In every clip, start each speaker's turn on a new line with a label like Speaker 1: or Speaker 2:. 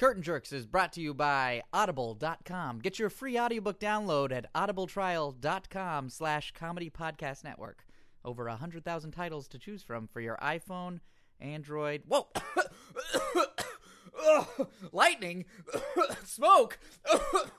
Speaker 1: Curtain Jerks is brought to you by Audible.com. Get your free audiobook download at audibletrial.com slash comedy podcast network. Over 100,000 titles to choose from for your iPhone, Android... Whoa! Ugh, lightning! Smoke!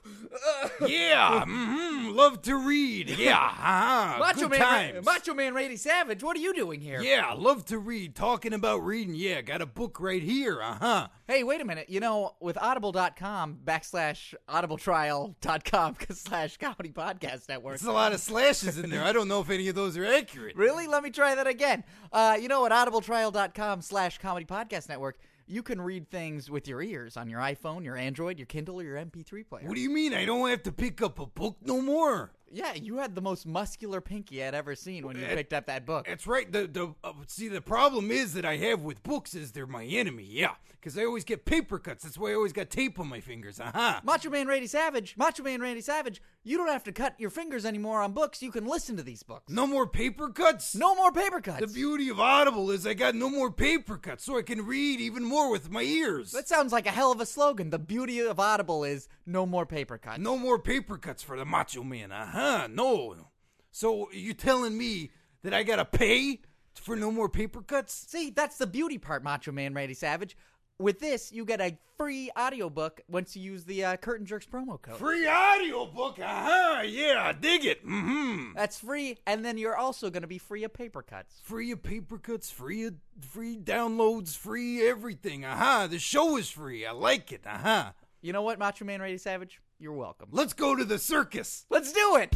Speaker 2: Yeah, mhm, love to read. Yeah, huh?
Speaker 1: Macho
Speaker 2: good
Speaker 1: Man,
Speaker 2: times.
Speaker 1: Macho Man Randy Savage, what are you doing here?
Speaker 2: yeah, love to read. Talking about reading. Yeah, got a book right here. Uh huh.
Speaker 1: Hey, wait a minute. You know, with audible.com backslash audibletrial.com slash comedy podcast network.
Speaker 2: There's a lot of slashes in there. I don't know if any of those are accurate.
Speaker 1: Really? Let me try that again. Uh, you know, at audibletrial.com slash comedy podcast network, you can read things with your ears on your iPhone, your Android, your Kindle, or your MP3 player.
Speaker 2: What do you mean? I don't have to pick up a book no more.
Speaker 1: yeah, you had the most muscular pinky I'd ever seen when you
Speaker 2: It-
Speaker 1: picked up that book.
Speaker 2: That's right. The the uh, see the problem is that I have with books is they're my enemy. Yeah, because I always get paper cuts. That's why I always got tape on my fingers. Uh huh.
Speaker 1: Macho Man Randy Savage, Macho Man Randy Savage, you don't have to cut your fingers anymore on books. You can listen to these books.
Speaker 2: No more paper cuts.
Speaker 1: No more paper cuts.
Speaker 2: The beauty of Audible is I got no more paper cuts, so I can read even more with my ears.
Speaker 1: That sounds like a hell of a slogan. The beauty of Audible is no more paper cuts.
Speaker 2: No more paper cuts for the macho man. Uh huh. No. So you telling me that I gotta pay for no more paper cuts?
Speaker 1: See, that's the beauty part, Macho Man Randy Savage. With this, you get a free audiobook once you use the uh, Curtain Jerks promo code.
Speaker 2: Free audiobook. Uh huh. Yeah, dig it. Mm hmm.
Speaker 1: That's free, and then you're also going to be free of paper cuts.
Speaker 2: Free of paper cuts, free of free downloads, free everything. Uh huh. The show is free. I like it. Uh huh.
Speaker 1: You know what, Macho Man Randy Savage? You're welcome.
Speaker 2: Let's go to the circus.
Speaker 1: Let's do it!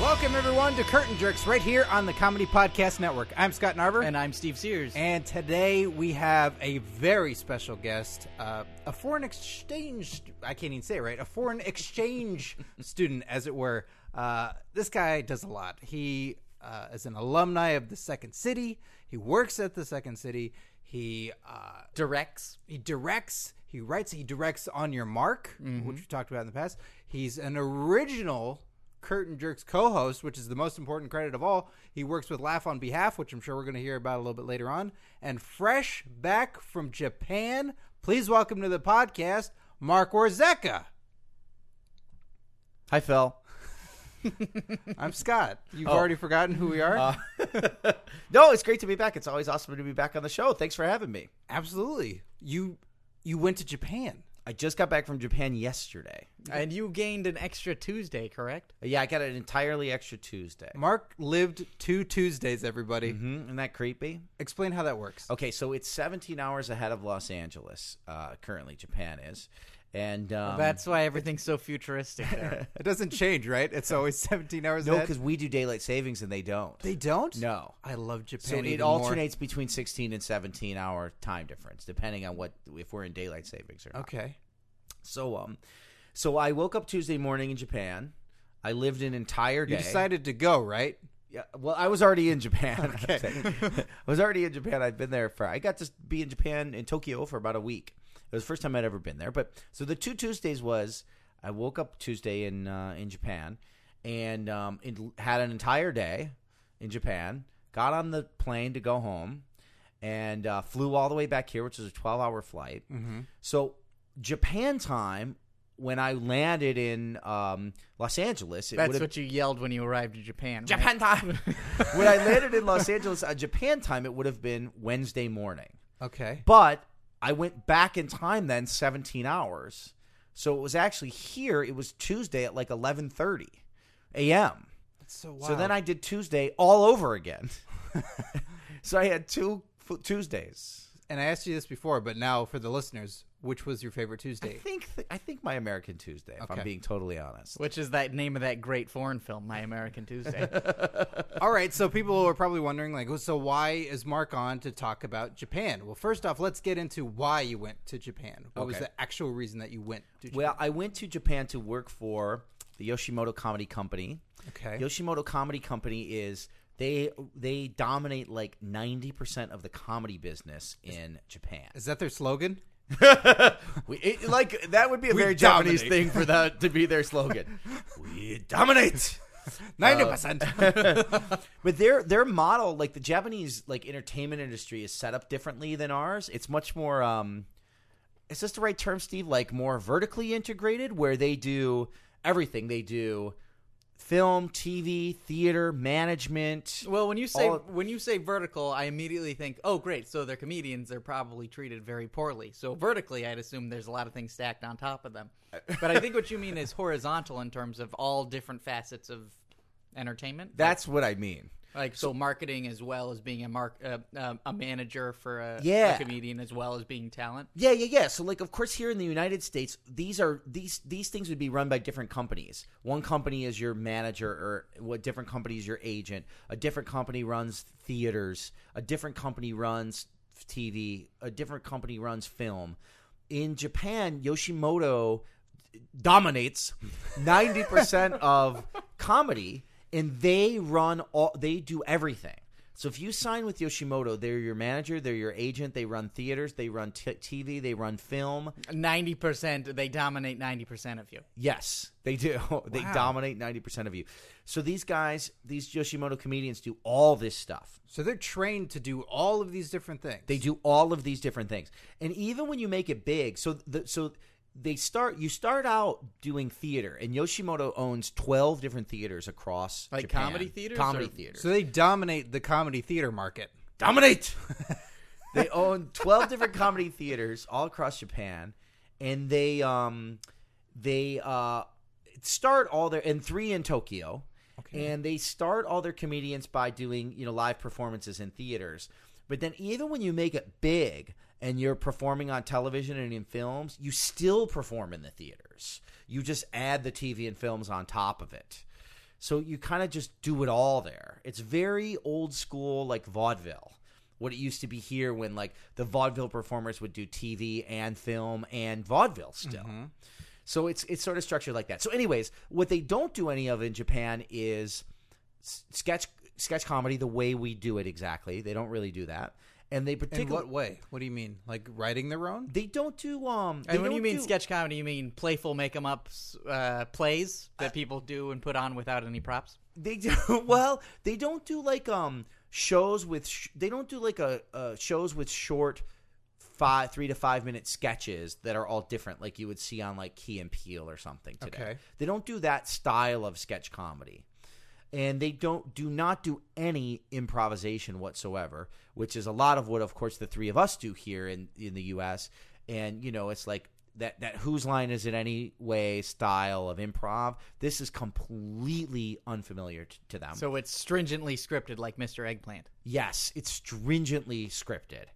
Speaker 3: Welcome, everyone, to Curtain Jerks right here on the Comedy Podcast Network. I'm Scott Narver.
Speaker 1: And I'm Steve Sears.
Speaker 3: and today we have a very special guest, uh, a foreign exchange, I can't even say it right, a foreign exchange student, as it were. Uh, this guy does a lot. He uh, is an alumni of the Second City, he works at the Second City, he. Uh,
Speaker 1: directs.
Speaker 3: he directs he writes he directs on your mark which we talked about in the past he's an original curtain jerks co-host which is the most important credit of all he works with laugh on behalf which i'm sure we're going to hear about a little bit later on and fresh back from japan please welcome to the podcast mark warzeka
Speaker 4: Hi, Phil.
Speaker 3: i'm scott you've already forgotten who we are
Speaker 4: Uh. No, it's great to be back. It's always awesome to be back on the show. Thanks for having me.
Speaker 3: absolutely you you went to japan
Speaker 4: I just got back from Japan yesterday.
Speaker 1: And you gained an extra Tuesday, correct?
Speaker 4: Yeah, I got an entirely extra Tuesday.
Speaker 3: mark lived two tuesdays everybody
Speaker 4: hmm Isn't that creepy?
Speaker 3: explain how that works
Speaker 4: Okay, so it's 17 hours ahead of Los Angeles. Uh, currently, Japan is, and um,
Speaker 1: That's why everything's so futuristic there.
Speaker 3: it doesn't change right it's always 17 hours
Speaker 4: no
Speaker 3: ahead.
Speaker 4: because we do daylight savings and they don't.
Speaker 3: They don't?
Speaker 4: No.
Speaker 3: I love Japan.
Speaker 4: so it
Speaker 3: even
Speaker 4: alternates between 16 and 17 hour time difference, depending on what if we're in daylight savings or
Speaker 3: More.
Speaker 4: not.
Speaker 3: Okay.
Speaker 4: So um, so I woke up Tuesday morning in Japan. I lived an entire day.
Speaker 3: You decided to go, right?
Speaker 4: Yeah, well, I was already in Japan. I was already in Japan. I've been there for. I got to be in Japan in Tokyo for about a week. It was the first time I'd ever been there. But so the two Tuesdays was I woke up Tuesday in uh, in Japan, and um, it, had an entire day in Japan. Got on the plane to go home, and uh, flew all the way back here, which was a twelve hour flight. So Japan time when I landed in um, Los Angeles, it
Speaker 1: That's
Speaker 4: would've-
Speaker 1: what you yelled when you arrived in Japan. right?
Speaker 4: Japan time. when I landed in Los Angeles at Japan time, it would have been Wednesday morning.
Speaker 3: Okay.
Speaker 4: But I went back in time then 17 hours. So it was actually here. It was Tuesday at like 11:30 a.m.
Speaker 3: That's so wild.
Speaker 4: So then I did Tuesday all over again. so I had two f- Tuesdays.
Speaker 3: and I asked you this before, but now for the listeners, which was your favorite
Speaker 4: I
Speaker 3: Tuesday?
Speaker 4: think th- I think my American Tuesday. If
Speaker 3: Okay.
Speaker 4: I'm being totally honest.
Speaker 1: Which is that name of that great foreign film, My American Tuesday.
Speaker 3: All right, so people are probably wondering like, "Oh, so why is Mark on to talk about Japan? Well, first off, let's get into why you went to Japan. What was
Speaker 4: Okay.
Speaker 3: the actual reason that you went to Japan?
Speaker 4: Well, I went to Japan to work for the Yoshimoto Comedy Company.
Speaker 3: Okay.
Speaker 4: Yoshimoto Comedy Company is they they dominate like ninety percent of the comedy business in Japan.
Speaker 3: Is that their slogan?
Speaker 4: We, it, like that would be a
Speaker 2: We
Speaker 4: very Japanese
Speaker 2: dominate.
Speaker 4: thing for that to be their slogan. we dominate.
Speaker 3: Uh,
Speaker 2: Ninety percent.
Speaker 4: But their their model, like the Japanese like entertainment industry, is set up differently than ours. It's much more. um Is this the right term, Steve? Like more vertically integrated, where they do everything. They do film, TV, theater, management.
Speaker 1: Well, when you say
Speaker 4: All-
Speaker 1: when you say vertical, I immediately think, oh, great. So they're comedians; they're probably treated very poorly. So vertically, I'd assume there's a lot of things stacked on top of them. But I think what you mean is horizontal in terms of all different facets of entertainment.
Speaker 4: That's what I mean.
Speaker 1: like so, marketing as well as being a mark uh, um, a manager for a, a
Speaker 4: Yeah.
Speaker 1: comedian as well as being talent.
Speaker 4: Yeah, yeah, yeah. So like of course here in the United States, these are these these things would be run by different companies. One company is your manager or what different company is your agent. A different company runs theaters, a different company runs TV, a different company runs film. In Japan, Yoshimoto dominates 90% of comedy and they run all they do everything so if you sign with yoshimoto they're your manager they're your agent they run theaters they run t- tv they run film
Speaker 1: Ninety percent, they dominate ninety percent of you.
Speaker 4: yes they do they dominate 90% of you so these guys these yoshimoto comedians do all this stuff
Speaker 3: So they're trained to do all of these different things.
Speaker 4: They do all of these different things, and even when you make it big, so the, so they start. You start out doing theater, and Yoshimoto owns twelve different theaters across
Speaker 1: Like
Speaker 4: Japan.
Speaker 1: comedy theaters
Speaker 4: Comedy
Speaker 1: or-
Speaker 4: theaters.
Speaker 3: So they dominate the comedy theater market.
Speaker 4: dominate. they own twelve different comedy theaters all across Japan, and they um they uh start all their and three in Tokyo. And they start all their comedians by doing, you know, live performances in theaters. But then even when you make it big and you're performing on television and in films, you still perform in the theaters. You just add the TV and films on top of it. So you kind of just do it all there. It's very old school like vaudeville. What it used to be here when like the vaudeville performers would do TV and film and vaudeville still. So it's it's sort of structured like that. So, anyways, what they don't do any of in Japan is s- sketch sketch comedy the way we do it exactly. They don't really do that, and they
Speaker 3: In
Speaker 4: particularly
Speaker 3: what way? What do you mean? Like writing their own?
Speaker 4: they don't do um. they
Speaker 1: And when
Speaker 4: don't
Speaker 1: you mean
Speaker 4: do-
Speaker 1: sketch comedy, you mean playful make 'em ups uh, plays that people do and put on without any props.
Speaker 4: they do well. They don't do like um shows with sh- they don't do like a uh, shows with short five three to five minute sketches that are all different like you would see on like Key and Peele or something today.
Speaker 3: Okay.
Speaker 4: They don't do that style of sketch comedy. and they don't do not do any improvisation whatsoever, which is a lot of what, of course, the three of us do here in in the U.S. And you know, it's like that that whose line is it anyway style of improv. This is completely unfamiliar t- to them.
Speaker 1: So it's stringently scripted, like Mr. Eggplant.
Speaker 4: yes, it's stringently scripted.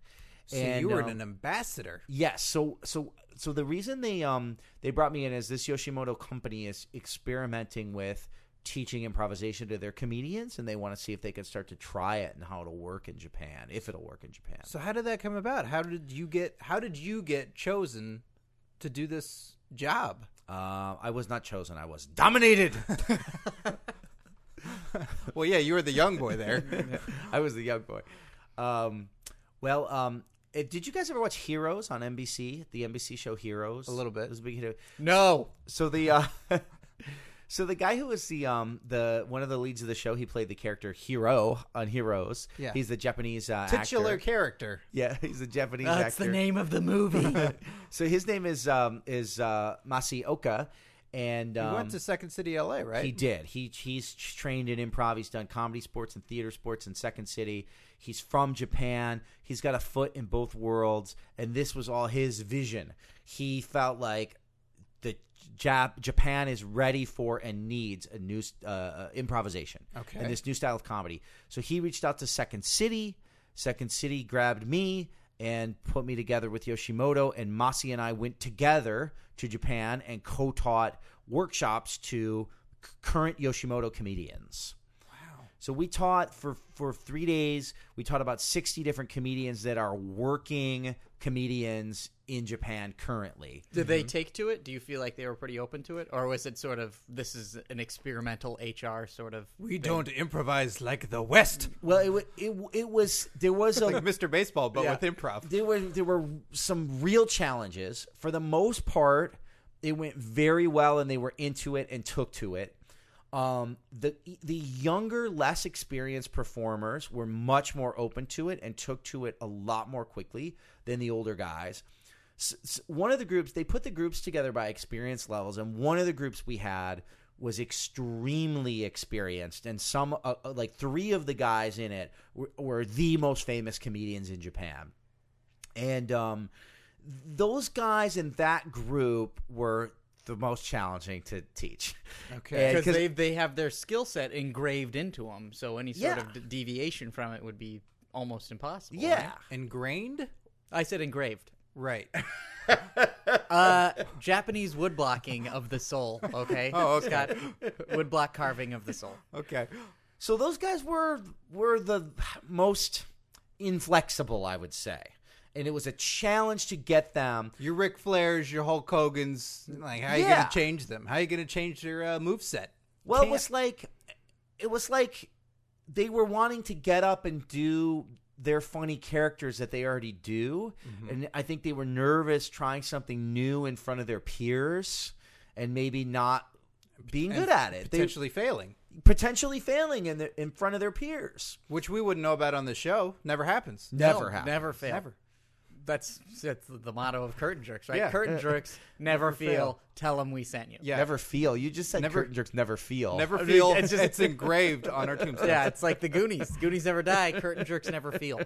Speaker 3: So you were
Speaker 4: um,
Speaker 3: an ambassador.
Speaker 4: Yes. So so so the reason they um they brought me in is this Yoshimoto company is experimenting with teaching improvisation to their comedians and they want to see if they can start to try it and how it'll work in Japan, if it'll work in Japan.
Speaker 3: So how did that come about? How did you get how did you get chosen to do this job?
Speaker 4: Uh, I was not chosen. I was
Speaker 2: Dominated.
Speaker 3: Well, yeah, you were the young boy there.
Speaker 4: I was the young boy. Um, well, um, eh, did you guys ever watch Heroes on NBC? The NBC show Heroes? A
Speaker 3: little bit.
Speaker 4: It was a big hit.
Speaker 1: No.
Speaker 4: So the uh, so the guy who was the um the one of the leads of the show, he played the character Hero on Heroes.
Speaker 3: Yeah.
Speaker 4: he's the Japanese uh,
Speaker 3: Titular
Speaker 4: actor.
Speaker 3: character.
Speaker 4: Yeah, he's a Japanese
Speaker 1: That's
Speaker 4: actor.
Speaker 1: the name of the movie.
Speaker 4: So his name is um is uh, Masioka, and
Speaker 3: You
Speaker 4: um,
Speaker 3: went to Second City LA, right?
Speaker 4: he did. He he's trained in improv. He's done comedy sports and theater sports in Second City. He's from Japan. He's got a foot in both worlds, and this was all his vision. He felt like the Jap- Japan is ready for and needs a new uh, uh, improvisation
Speaker 3: Okay.
Speaker 4: and this new style of comedy. So he reached out to Second City. Second City grabbed me and put me together with Yoshimoto, and Masi and I went together to Japan and co-taught workshops to c- current Yoshimoto comedians. Wow. So we taught for for three days. We taught about sixty different comedians that are working comedians in Japan currently.
Speaker 1: Did they take to it? Do you feel like they were pretty open to it, or was it sort of this is an experimental HR sort of?
Speaker 2: We don't improvise like the West.
Speaker 4: Well, it wa- it wa- it was there was a
Speaker 3: Like Mr. Baseball, but with improv.
Speaker 4: There were there were some real challenges. For the most part, it went very well, and they were into it and took to it. Um, the the younger, less experienced performers were much more open to it and took to it a lot more quickly than the older guys. S- s- one of the groups they put the groups together by experience levels, and one of the groups we had was extremely experienced, and some uh, uh, like three of the guys in it were, were the most famous comedians in Japan and um, those guys in that group were the most challenging to teach.
Speaker 3: Okay.
Speaker 4: And-
Speaker 1: Because they they have their skill set engraved into them, so any sort
Speaker 4: Yeah.
Speaker 1: of d- deviation from it would be almost impossible.
Speaker 4: yeah,
Speaker 1: right?
Speaker 3: Ingrained?
Speaker 1: I said engraved.
Speaker 3: Right.
Speaker 1: Uh, Japanese woodblocking of the soul. Okay. Oh, okay. Scott, woodblock carving of the soul.
Speaker 3: Okay.
Speaker 4: so those guys were were the most inflexible, I would say, and it was a challenge to get them.
Speaker 3: Your Ric Flairs, your Hulk Hogan's. Like, how are you
Speaker 4: Yeah.
Speaker 3: going to change them? How are you going to change their uh, moveset?
Speaker 4: Well, it
Speaker 3: Can't.
Speaker 4: was like it was like they were wanting to get up and do their funny characters that they already do,
Speaker 3: Mm-hmm.
Speaker 4: and I think they were nervous trying something new in front of their peers and maybe not being good at it. They
Speaker 3: Potentially failing,
Speaker 4: potentially failing in the, in front of their peers.
Speaker 3: which we wouldn't know about on the show. Never happens.
Speaker 4: Never
Speaker 1: No,
Speaker 4: happens.
Speaker 1: Never fail.
Speaker 3: Never.
Speaker 1: That's, that's the motto of curtain jerks, right?
Speaker 3: Yeah.
Speaker 1: Curtain jerks never, feel. Tell them we sent you.
Speaker 3: Yeah.
Speaker 4: Never feel. You just said
Speaker 3: Never-
Speaker 4: curtain jerks never feel.
Speaker 3: Never
Speaker 1: I mean,
Speaker 3: feel.
Speaker 1: it's
Speaker 3: Oh. It's,
Speaker 1: just-
Speaker 3: engraved on our tombstone.
Speaker 1: Yeah, it's like the Goonies. Goonies never die. Curtain jerks never feel.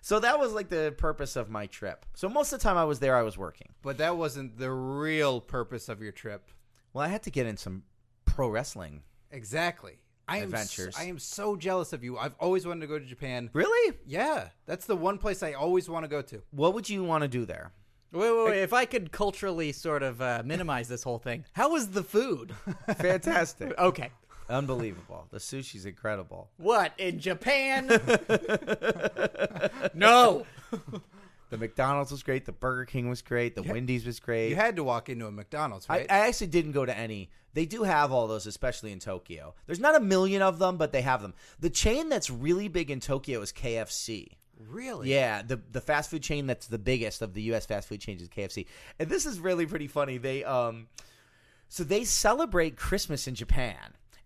Speaker 4: So that was like the purpose of my trip. So most of the time I was there, I was working.
Speaker 3: But that wasn't the real purpose of your trip.
Speaker 4: Well, I had to get in some pro wrestling.
Speaker 3: Exactly. I am,
Speaker 4: Adventures.
Speaker 3: Adventures. I am so jealous of you. I've always wanted to go to Japan.
Speaker 4: Really?
Speaker 3: Yeah, that's the one place I always want to go to.
Speaker 4: What would you want to do there?
Speaker 1: Wait, wait, wait. If I could culturally sort of uh, minimize this whole thing, how was the food?
Speaker 4: Fantastic.
Speaker 1: Okay.
Speaker 4: Unbelievable. The sushi's incredible.
Speaker 1: What, in Japan? no.
Speaker 4: The McDonald's was great. The Burger King was great. The Wendy's was great.
Speaker 3: You had to walk into a McDonald's,
Speaker 4: I,
Speaker 3: right?
Speaker 4: I actually didn't go to any. They do have all those, especially in Tokyo. There's not a million of them, but they have them. The chain that's really big in Tokyo is KFC.
Speaker 3: really?
Speaker 4: Yeah, the the fast food chain that's the biggest of the U.S. fast food chains is KFC, and this is really pretty funny. They um, so they celebrate Christmas in Japan,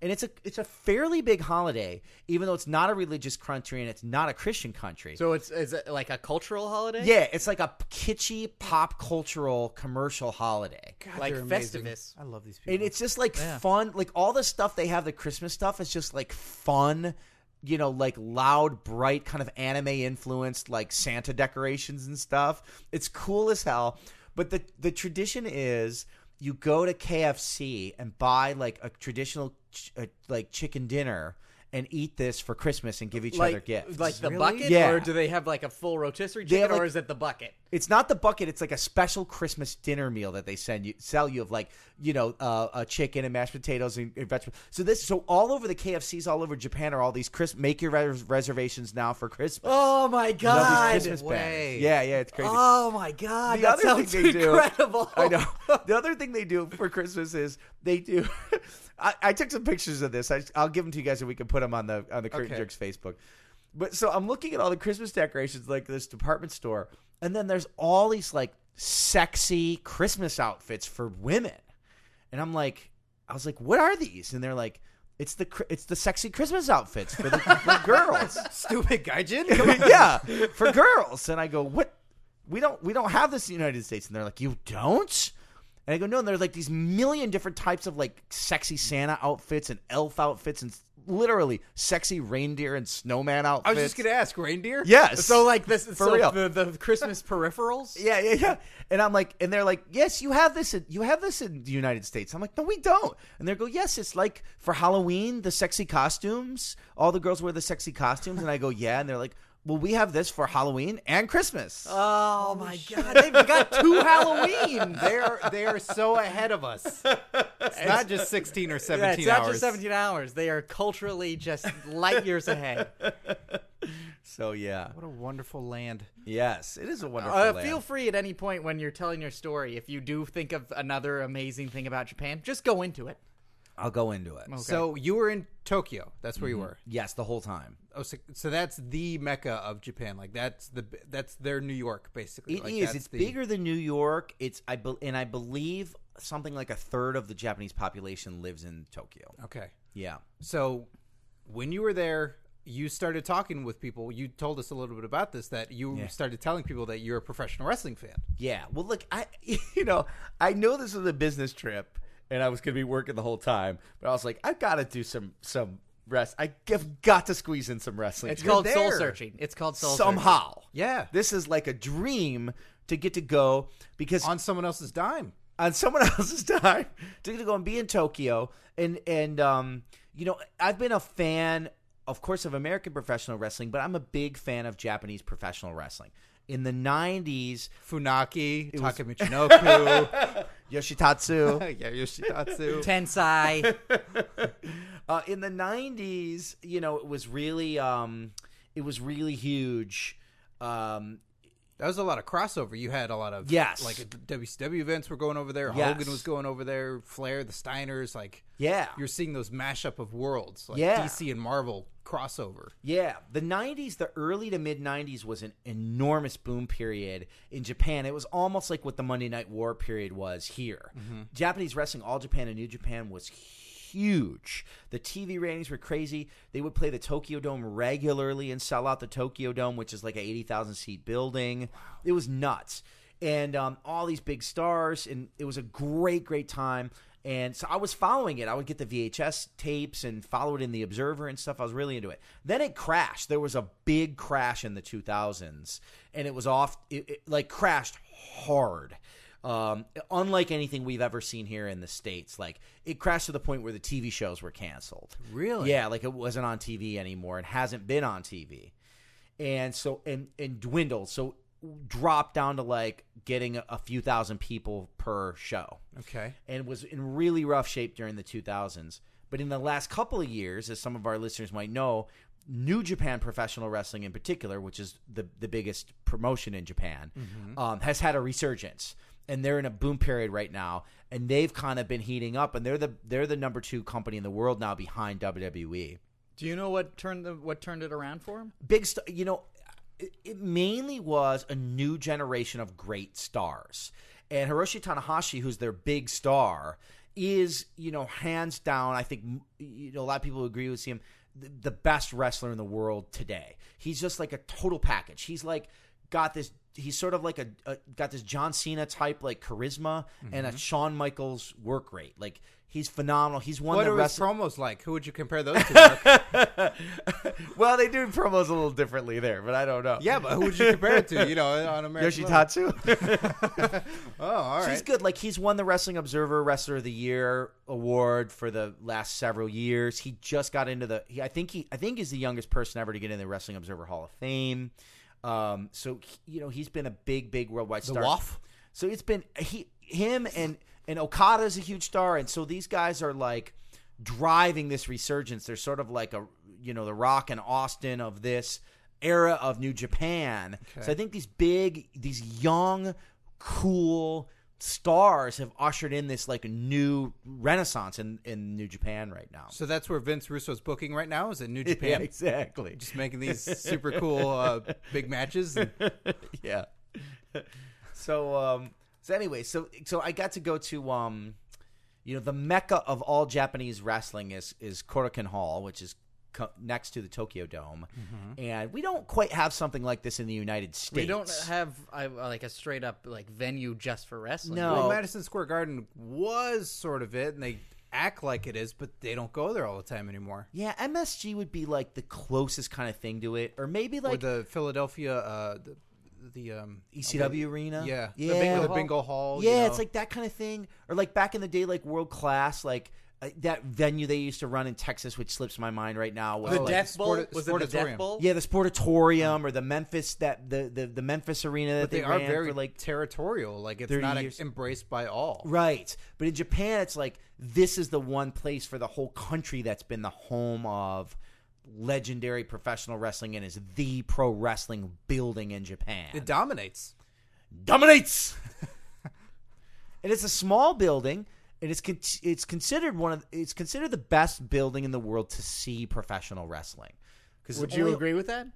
Speaker 4: and it's a it's a fairly big holiday, even though it's not a religious country and it's not a Christian country.
Speaker 1: So it's is it like a cultural holiday?
Speaker 4: yeah, it's like a kitschy pop cultural commercial holiday.
Speaker 3: God,
Speaker 1: Like
Speaker 3: they're amazing.
Speaker 1: Festivus.
Speaker 3: I love these people.
Speaker 4: And it's just like fun. Like all the stuff they have, the Christmas stuff is just like fun, you know, like loud, bright, kind of anime influenced, like Santa decorations and stuff. It's cool as hell. But the the tradition is you go to KFC and buy like a traditional ch- uh, like chicken dinner and eat this for Christmas and give each other
Speaker 1: Like,
Speaker 4: gifts.
Speaker 1: like the
Speaker 3: Really?
Speaker 1: bucket?
Speaker 4: Yeah.
Speaker 1: Or do they have like a full rotisserie
Speaker 4: They have,
Speaker 1: chicken, or
Speaker 4: like-
Speaker 1: is it the bucket?
Speaker 4: It's not the bucket. It's like a special Christmas dinner meal that they send you, sell you of like you know uh, a chicken and mashed potatoes and, and vegetables. So this, so all over the KFCs, all over Japan are all these Chris. Make your res- reservations now for Christmas.
Speaker 1: Oh my
Speaker 4: All
Speaker 1: god!
Speaker 4: these Christmas
Speaker 3: way.
Speaker 4: banners. Yeah, yeah, it's crazy.
Speaker 1: Oh my god!
Speaker 4: The
Speaker 1: that
Speaker 4: other
Speaker 1: sounds
Speaker 4: thing they do-
Speaker 1: incredible.
Speaker 4: I know. The other thing they do for Christmas is they do. I, I took some pictures of this. I, I'll give them to you guys, and we can put them on the on the Curtain
Speaker 3: Okay.
Speaker 4: Jerks Facebook. But so I'm looking at all the Christmas decorations, like this department store, and then there's all these like sexy Christmas outfits for women, and I'm like, I was like, what are these? And they're like, it's the cr- it's the sexy Christmas outfits for the for girls
Speaker 3: stupid gaijin. Come on.
Speaker 4: yeah, for girls. And I go, what? We don't we don't have this in the United States. And they're like, you don't? And I go, no. And there's like these million different types of like sexy Santa outfits and elf outfits and s- literally sexy reindeer and snowman outfits.
Speaker 3: I was just gonna ask, reindeer.
Speaker 4: Yes.
Speaker 1: So like this,
Speaker 4: For
Speaker 1: so
Speaker 4: real.
Speaker 1: The, the Christmas peripherals.
Speaker 4: Yeah, yeah, yeah. And I'm like, and they're like, yes, you have this. In, you have this in the United States. I'm like, no, we don't. And they go, yes, it's like for Halloween, the sexy costumes. All the girls wear the sexy costumes, and I go, yeah. And they're like, Well, we have this for Halloween and Christmas.
Speaker 3: Uh,
Speaker 1: Oh my god, they've got two Halloween.
Speaker 3: they are they are so ahead of us. It's not just sixteen or
Speaker 1: Yeah,
Speaker 3: seventeen
Speaker 1: it's not
Speaker 3: hours.
Speaker 1: just 17 hours. They are culturally just light years ahead.
Speaker 4: so yeah,
Speaker 3: What a wonderful land.
Speaker 4: yes, it is a wonderful.
Speaker 1: Uh,
Speaker 4: land.
Speaker 1: feel free at any point when you're telling your story. If you do think of another amazing thing about Japan, just go into it.
Speaker 4: I'll go into it.
Speaker 3: So you were in Tokyo. That's
Speaker 4: Mm-hmm.
Speaker 3: where you were.
Speaker 4: Yes, the whole time.
Speaker 3: Oh, so, so that's the mecca of Japan. Like that's the that's their New York basically.
Speaker 4: It is.
Speaker 3: Like, that's
Speaker 4: It's
Speaker 3: the-
Speaker 4: bigger than New York. It's I bel and I believe something like a third of the Japanese population lives in Tokyo.
Speaker 3: Okay.
Speaker 4: Yeah.
Speaker 3: So when you were there, you started talking with people. You told us a little bit about this that you started telling people that you're a professional wrestling fan.
Speaker 4: Yeah. Well, look, I you know I know this was a business trip and I was going to be working the whole time, but I was like, I've got to do some some rest. I've got to squeeze in some wrestling.
Speaker 1: It's
Speaker 4: You're
Speaker 1: called soul
Speaker 4: there.
Speaker 1: searching. It's called soul searching.
Speaker 4: somehow.
Speaker 3: Yeah.
Speaker 4: This is like a dream to get to go because
Speaker 3: On someone else's dime.
Speaker 4: on someone else's time to to go and be in Tokyo. And and um, you know, I've been a fan, of course, of American professional wrestling, but I'm a big fan of Japanese professional wrestling. In the '90s,
Speaker 3: Funaki, Takamichinoku,
Speaker 4: Yoshitatsu.
Speaker 3: yeah, Yoshitatsu.
Speaker 1: Tensai.
Speaker 4: uh, in the '90s, you know, it was really, um, it was really huge. Um,
Speaker 3: That was a lot of crossover. You had a lot of
Speaker 4: Yes.
Speaker 3: like WCW events were going over there.
Speaker 4: Yes.
Speaker 3: Hogan was going over there. Flair, the Steiners, like
Speaker 4: yeah,
Speaker 3: you're seeing those mashup of worlds, like
Speaker 4: Yeah.
Speaker 3: DC and Marvel crossover.
Speaker 4: Yeah, the 90s, the early to mid 90s was an enormous boom period in Japan. It was almost like what the Monday Night War period was here. Japanese wrestling, All Japan and New Japan, was huge. The TV ratings were crazy. They would play the Tokyo Dome regularly and sell out the Tokyo Dome, which is like an 80,000 seat building. It was nuts. And um, all these big stars, and it was a great, great time. And so I was following it. I would get the VHS tapes and follow it in the Observer and stuff. I was really into it. Then it crashed. There was a big crash in the 2000s, and it was off. It, it, like crashed hard, um, unlike anything we've ever seen here in the states. Like it crashed to the point where the TV shows were canceled.
Speaker 3: Really?
Speaker 4: Yeah, like it wasn't on TV anymore. It hasn't been on TV and so and and dwindled so dropped down to like getting a, a few thousand people per show
Speaker 3: Okay.
Speaker 4: and was in really rough shape during the 2000s but in the last couple of years as some of our listeners might know new japan professional wrestling in particular which is the the biggest promotion in japan um, has had a resurgence and they're in a boom period right now and they've kind of been heating up and they're the they're the number 2 company in the world now behind E. WWE
Speaker 1: do you know what turned the, what turned it around for him?
Speaker 4: big star you know it, it mainly was a new generation of great stars and hiroshi tanahashi who's their big star is you know hands down i think m- you know a lot of people agree with him the, the best wrestler in the world today he's just like a total package he's like got this he's sort of like a, a got this john cena type like charisma and a shawn michaels work rate like he's phenomenal he's one
Speaker 3: What
Speaker 4: the
Speaker 3: are his
Speaker 4: wrestling
Speaker 3: promos like? Who would you compare those to? Mark?
Speaker 4: well they do promos a little differently there but i don't know
Speaker 3: yeah, but who would you compare it to? You know, on American level?
Speaker 4: Yoshitatsu.
Speaker 3: Oh, all right.
Speaker 4: He's good. Like he's won the Wrestling Observer Wrestler of the Year award for the last several years. He just got into the. He, I think he. I think he's the youngest person ever to get in the Wrestling Observer Hall of Fame. Um, so he- you know he's been a big, big worldwide star.
Speaker 3: Woff?
Speaker 4: So it's been he, him, and and Okada's a huge star, and so these guys are like driving this resurgence. They're sort of like a you know the Rock and Austin of this era of New Japan. So I think these big, these young, cool stars have ushered in this like new renaissance in in New Japan right now.
Speaker 3: So that's where Vince Russo's booking right now is in New Japan.
Speaker 4: Yeah, exactly.
Speaker 3: Just making these super cool uh, big matches. And
Speaker 4: yeah. so um so anyway, so so I got to go to um you know the mecca of all Japanese wrestling is is Korakuen Hall, which is co- next to the Tokyo Dome.
Speaker 3: Mm-hmm.
Speaker 4: And we don't quite have something like this in the United States.
Speaker 1: We don't have I, like a straight up like venue just for wrestling.
Speaker 4: No.
Speaker 3: well, Madison Square Garden was sort of it, and they act like it is, but they don't go there all the time anymore.
Speaker 4: Yeah, MSG would be like the closest kind of thing to it or maybe
Speaker 3: Or
Speaker 4: like
Speaker 3: the Philadelphia, uh, the, the um,
Speaker 4: ECW arena.
Speaker 3: yeah,
Speaker 4: Yeah. Oh,
Speaker 3: the bingo, the bingo hall. you
Speaker 4: Yeah,
Speaker 3: know.
Speaker 4: it's like that kind of thing, or like back in the day, like world class, like uh, that venue they used to run in Texas, which slips my mind right now. Was
Speaker 3: The
Speaker 4: like,
Speaker 3: Death Bowl?
Speaker 1: was it the Death Bowl?
Speaker 4: Yeah, the Sportatorium or the Memphis that the the, the Memphis arena that
Speaker 3: But they, are
Speaker 4: ran
Speaker 3: very
Speaker 4: for like
Speaker 3: territorial. Like it's
Speaker 4: 30
Speaker 3: not
Speaker 4: years.
Speaker 3: embraced by all.
Speaker 4: Right. But in Japan, it's like this is the one place for the whole country that's been the home of legendary professional wrestling and is the pro wrestling building in Japan.
Speaker 3: It dominates.
Speaker 4: dominates. and it's a small building, and it's con- it's considered one of it's considered the best building in the world to see professional wrestling. Because
Speaker 1: Would you agree with that?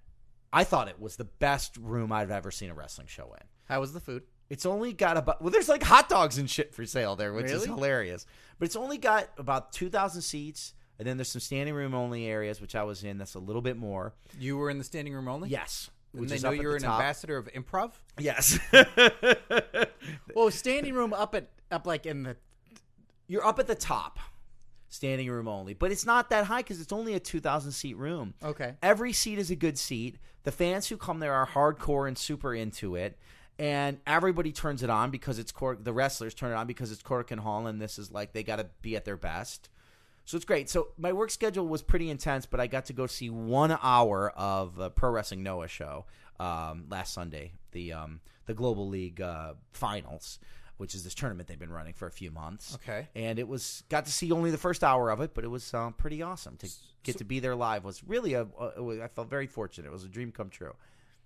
Speaker 4: I thought it was the best room I've ever seen a wrestling show in.
Speaker 1: How was the food?
Speaker 4: It's only got about well, there's like hot dogs and shit for sale there, which is
Speaker 1: Really?
Speaker 4: hilarious. But it's only got about two thousand seats, and then there's some standing room only areas, which I was in. That's a little bit more.
Speaker 3: You were in the standing room only.
Speaker 4: Yes,
Speaker 3: When
Speaker 4: which
Speaker 3: they
Speaker 4: is
Speaker 3: know
Speaker 4: up at
Speaker 3: you're
Speaker 4: the
Speaker 3: an
Speaker 4: top.
Speaker 3: ambassador of improv,
Speaker 4: Yes,
Speaker 1: Well, standing room up at up like in the
Speaker 4: you're up at the top, standing room only. But it's not that high because it's only a two thousand seat room.
Speaker 1: okay.
Speaker 4: Every seat is a good seat. The fans who come there are hardcore and super into it. And everybody turns it on because it's Cor- the wrestlers turn it on because it's Cork and Hall, and this is like they got to be at their best. So it's great. So my work schedule was pretty intense, but I got to go see one hour of the Pro Wrestling Noah show um, last Sunday, the um, the Global League uh, finals, which is this tournament they've been running for a few months.
Speaker 3: Okay.
Speaker 4: and it was got to see only the first hour of it, but it was uh, pretty awesome to get to be there live. Was really a, a- it was- I felt very fortunate. It was a dream come true.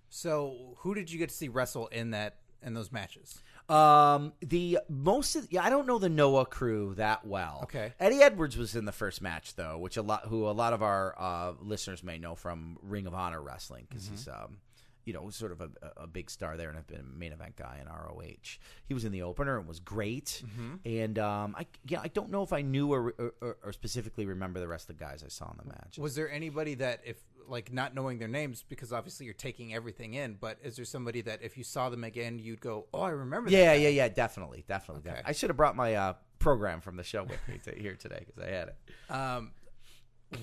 Speaker 3: so who did you get to see wrestle in that in those matches?
Speaker 4: Um, the most of yeah, I don't know the Noah crew that well.
Speaker 3: Okay.
Speaker 4: Eddie Edwards was in the first match though, which a lot who a lot of our uh, listeners may know from Ring of Honor wrestling because he's
Speaker 3: Mm-hmm.
Speaker 4: um, you know, sort of a, a big star there and a main event guy in ROH. He was in the opener and was great.
Speaker 3: Mm-hmm.
Speaker 4: And um, I yeah, I don't know if I knew or, or, or specifically remember the rest of the guys I saw in the match.
Speaker 3: Was there anybody that if like not knowing their names because obviously you're taking everything in, but is there somebody that if you saw them again you'd go, oh, I remember.
Speaker 4: Yeah,
Speaker 3: that guy."
Speaker 4: yeah, yeah, definitely, definitely.
Speaker 3: Okay.
Speaker 4: I should have brought my uh, program from the show with me to, here today because I had it.
Speaker 3: Um,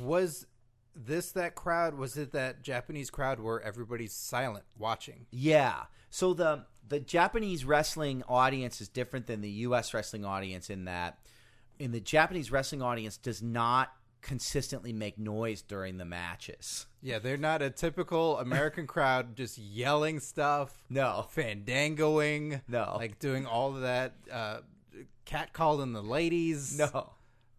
Speaker 3: was this that crowd? Was it that Japanese crowd where everybody's silent watching?
Speaker 4: Yeah. So the the Japanese wrestling audience is different than the U.S. wrestling audience in that, in the Japanese wrestling audience does not consistently make noise during the matches.
Speaker 3: Yeah, they're not a typical American crowd just yelling stuff,
Speaker 4: No.
Speaker 3: fandangoing,
Speaker 4: No.
Speaker 3: like doing all of that, uh, catcalling the ladies.
Speaker 4: No.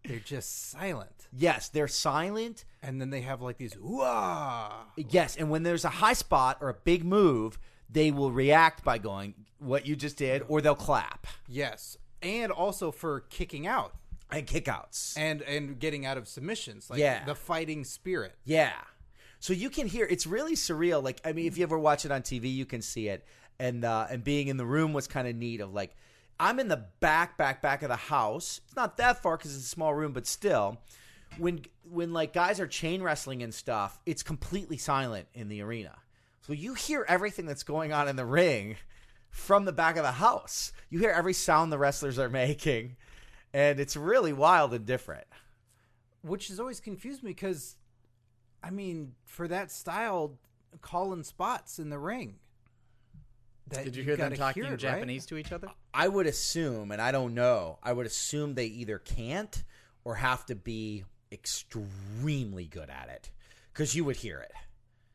Speaker 3: they're just silent,
Speaker 4: Yes, they're silent.
Speaker 3: and then they have like these wah.
Speaker 4: Yes, and when there's a high spot or a big move, they will react by going what you just did, or they'll clap
Speaker 3: Yes, and also for kicking out
Speaker 4: and kickouts.
Speaker 3: and and getting out of submissions, like
Speaker 4: Yeah.
Speaker 3: the fighting spirit.
Speaker 4: Yeah. So you can hear it's really surreal. Like I mean, if you ever watch it on TV, you can see it. And uh, and being in the room was kind of neat. Of like, I'm in the back, back, back of the house. It's not that far because it's a small room, but still, when when like guys are chain wrestling and stuff, it's completely silent in the arena. So you hear everything that's going on in the ring from the back of the house. You hear every sound the wrestlers are making, and it's really wild and different.
Speaker 3: which has always confused me because, I mean, for that style, calling spots in the ring. That
Speaker 1: Did you hear them
Speaker 3: gotta
Speaker 1: talking
Speaker 3: hear it, right?
Speaker 1: Japanese to each other?
Speaker 4: I would assume, and I don't know, I would assume they either can't or have to be extremely good at it because you would hear it.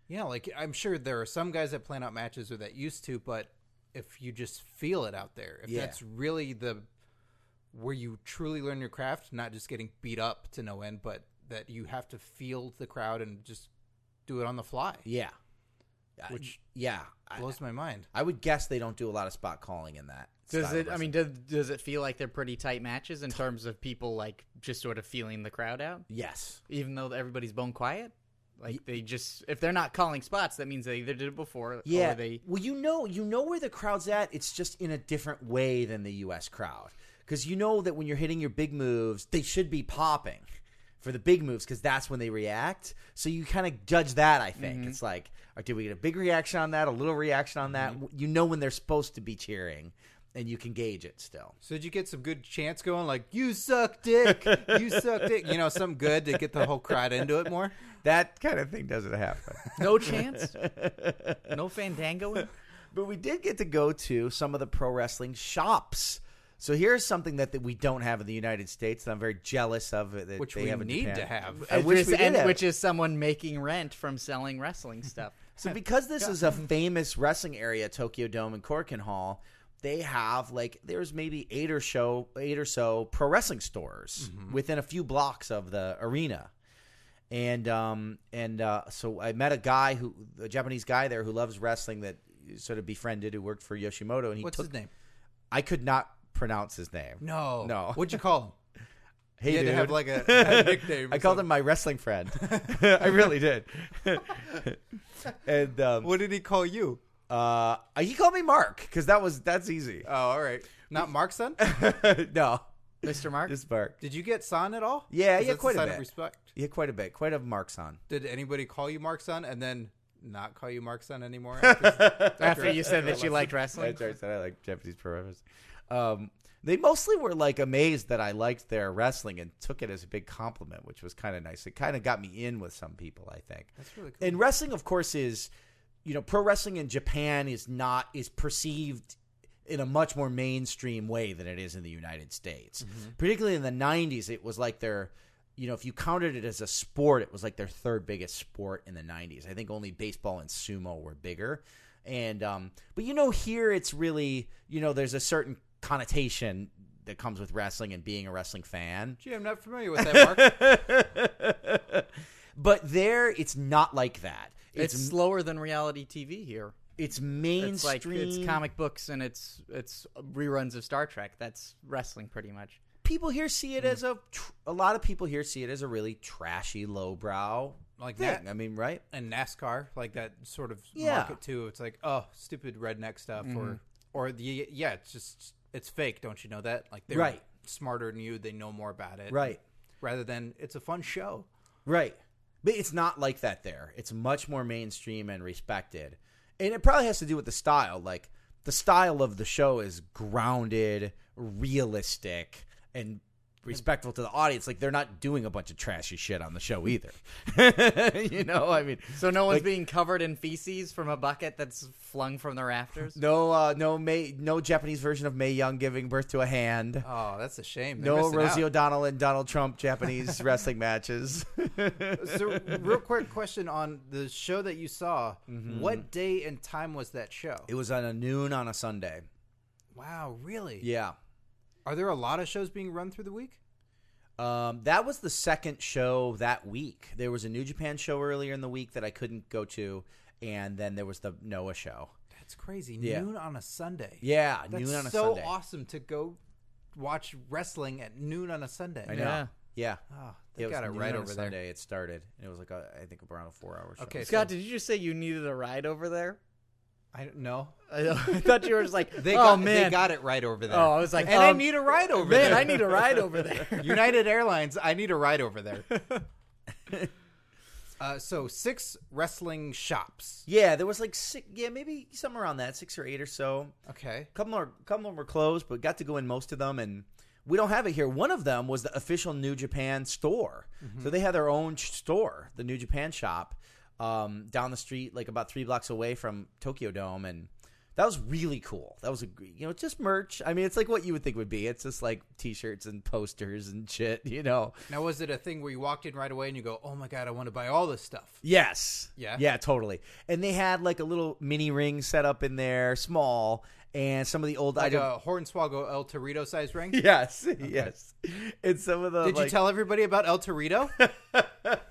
Speaker 3: Yeah, like I'm sure there are some guys that plan out matches or that used to, but if you just feel it out there, if
Speaker 4: Yeah.
Speaker 3: that's really the where you truly learn your craft, not just getting beat up to no end, but that you have to feel the crowd and just do it on the fly.
Speaker 4: Yeah. I-
Speaker 3: Which-
Speaker 4: yeah. I,
Speaker 3: Blows my mind.
Speaker 4: I would guess they don't do a lot of spot calling in that.
Speaker 1: Does
Speaker 4: style
Speaker 1: it?
Speaker 4: of
Speaker 1: I mean, does, does it feel like they're pretty tight matches in terms of people like just sort of feeling the crowd out,
Speaker 4: wrestling. yes.
Speaker 1: even though everybody's bone quiet? Like they just if they're not calling spots, that means they either did it before
Speaker 4: Yeah.
Speaker 1: or they
Speaker 4: Well, you know, you know where the crowd's at. It's just in a different way than the U.S. crowd because you know that when you're hitting your big moves, they should be popping for the big moves because that's when they react. So you kind of judge that. I think it's like, or did we get a big reaction on that? A little reaction on that? You know when they're supposed to be cheering, and you can gauge it still.
Speaker 3: So did you get some good chants going, like "You suck dick, you suck dick," you know, something good to get the whole crowd into it more?
Speaker 4: That kind of thing doesn't happen.
Speaker 1: no chance, no fandango.
Speaker 4: But we did get to go to some of the pro wrestling shops. So here's something that, that we don't have in the United States that I'm very jealous of. uh, That
Speaker 3: which
Speaker 4: they
Speaker 3: we
Speaker 4: have in
Speaker 3: need
Speaker 4: Japan.
Speaker 3: to have.
Speaker 4: I wish
Speaker 1: Which-
Speaker 4: we did
Speaker 1: and
Speaker 4: have
Speaker 1: which
Speaker 4: it.
Speaker 1: is someone making rent from selling wrestling stuff.
Speaker 4: So because this is a famous wrestling area, Tokyo Dome and Korakuen Hall, they have like there's maybe eight or show eight or so pro wrestling stores
Speaker 3: Mm-hmm.
Speaker 4: within a few blocks of the arena. And um and uh, so I met a guy who a Japanese guy there who loves wrestling that sort of befriended who worked for Yoshimoto and he
Speaker 3: What's
Speaker 4: took
Speaker 3: his name?
Speaker 4: I could not pronounce his name.
Speaker 3: No.
Speaker 4: No.
Speaker 3: What'd you call him?
Speaker 4: Hey,
Speaker 3: You had
Speaker 4: dude.
Speaker 3: to have like a, a nickname. or
Speaker 4: I called
Speaker 3: something.
Speaker 4: him my wrestling friend. I really did. and um,
Speaker 3: What did he call you?
Speaker 4: Uh, he called me Mark because that was that's easy.
Speaker 3: Oh, all right. Not Mark's son.
Speaker 4: no,
Speaker 1: Mr. Mark?
Speaker 4: just Mark.
Speaker 3: Did you get son at all?
Speaker 4: Yeah,
Speaker 3: 'Cause
Speaker 4: yeah,
Speaker 3: that's
Speaker 4: quite a
Speaker 3: sign
Speaker 4: bit.
Speaker 3: Of respect.
Speaker 4: Yeah, quite a bit, quite a Mark's on.
Speaker 3: Did anybody call you Mark's son and then not call you Mark's son anymore? After,
Speaker 1: After you said that you liked wrestling.
Speaker 4: That's right. so I like Japanese pro wrestlers. Um, they mostly were like amazed that I liked their wrestling and took it as a big compliment, which was kind of nice. It kind of got me in with some people, I think.
Speaker 3: That's really cool.
Speaker 4: And wrestling, of course, is you know pro wrestling in Japan is not is perceived in a much more mainstream way than it is in the United States.
Speaker 3: Mm-hmm.
Speaker 4: Particularly in the '90s, it was like their you know if you counted it as a sport, it was like their third biggest sport in the '90s. I think only baseball and sumo were bigger. And um, but you know here it's really you know there's a certain connotation that comes with wrestling and being a wrestling fan.
Speaker 3: Gee, I'm not familiar with that, Mark.
Speaker 4: But there it's not like that.
Speaker 1: It's, slower than reality TV here.
Speaker 4: It's mainstream.
Speaker 1: It's like it's comic books and it's it's reruns of Star Trek. That's wrestling pretty much.
Speaker 4: people here see it
Speaker 1: Hmm.
Speaker 4: as a. Tr- a lot of people here see it as a really trashy, lowbrow
Speaker 3: Like
Speaker 4: thing.
Speaker 3: that.
Speaker 4: I mean, right?
Speaker 3: and NASCAR, like that sort of
Speaker 4: Yeah. Mm-hmm.
Speaker 3: market too. It's like, oh, stupid redneck stuff, or or the yeah, it's just it's fake. Don't you know that? Like they're
Speaker 4: Right.
Speaker 3: smarter than you. They know more about it,
Speaker 4: Right.
Speaker 3: Rather than it's a fun show.
Speaker 4: Right. But it's not like that there. It's much more mainstream and respected. And it probably has to do with the style. Like the style of the show is grounded, realistic, and respectful to the audience. Like they're not doing a bunch of trashy shit on the show either. you know, I mean
Speaker 1: So no one's being covered in feces from a bucket that's flung from the rafters.
Speaker 4: no uh no May no Japanese version of May Young giving birth to a hand.
Speaker 3: Oh, that's a shame. They're
Speaker 4: No
Speaker 3: missing
Speaker 4: Rosie
Speaker 3: out.
Speaker 4: O'Donnell and Donald Trump Japanese wrestling matches.
Speaker 3: so, real quick question on the show that you saw.
Speaker 4: Mm-hmm.
Speaker 3: What day and time was that show?
Speaker 4: It was on a noon on a Sunday.
Speaker 3: wow, really?
Speaker 4: Yeah.
Speaker 3: Are there a lot of shows being run through the week?
Speaker 4: Um, that was the second show that week. There was a New Japan show earlier in the week that I couldn't go to, and then there was the Noah show.
Speaker 3: That's crazy.
Speaker 4: Yeah.
Speaker 3: Noon on a Sunday.
Speaker 4: Yeah,
Speaker 3: That's
Speaker 4: noon on a
Speaker 3: so
Speaker 4: Sunday.
Speaker 3: awesome to go watch wrestling at noon on a Sunday.
Speaker 4: I know.
Speaker 1: Yeah.
Speaker 4: Yeah. yeah.
Speaker 3: Oh, they
Speaker 4: it was
Speaker 3: got it
Speaker 4: noon
Speaker 3: right
Speaker 4: on a
Speaker 3: over there.
Speaker 4: Sunday. It started, and it was like a, I think around a four-hour show.
Speaker 3: Okay,
Speaker 1: Scott, did you just say you needed a ride over there?
Speaker 3: I don't know.
Speaker 1: I, I thought you were just like,
Speaker 3: They
Speaker 1: oh
Speaker 3: got,
Speaker 1: man,
Speaker 3: they got it right over there.
Speaker 1: Oh, I was like,
Speaker 3: and I
Speaker 1: um,
Speaker 3: need a ride over
Speaker 1: man,
Speaker 3: there.
Speaker 1: I need a ride over there.
Speaker 3: United Airlines. I need a ride over there. uh, so six wrestling shops.
Speaker 4: Yeah, there was like six, yeah, maybe somewhere around that, six or eight or so.
Speaker 3: Okay.
Speaker 4: A couple more, couple of them were closed, but got to go in most of them, and we don't have it here. One of them was the official New Japan store,
Speaker 3: Mm-hmm.
Speaker 4: so they had their own sh- store, the New Japan shop, um, down the street, like about three blocks away from Tokyo Dome, and that was really cool. That was a gr- you know just merch. I mean, it's like what you would think would be. It's just like T-shirts and posters and shit, you know.
Speaker 3: Now, was it a thing where you walked in right away and you go, "Oh my god, I want to buy all this stuff"?
Speaker 4: Yes.
Speaker 3: Yeah?
Speaker 4: Yeah, totally. And they had like a little mini ring set up in there, small, and some of the old
Speaker 3: Like
Speaker 4: item-
Speaker 3: a Hornswoggle El Torito size ring.
Speaker 4: Yes, yes. And some of the
Speaker 3: Did you
Speaker 4: like,
Speaker 3: tell everybody about El Torito?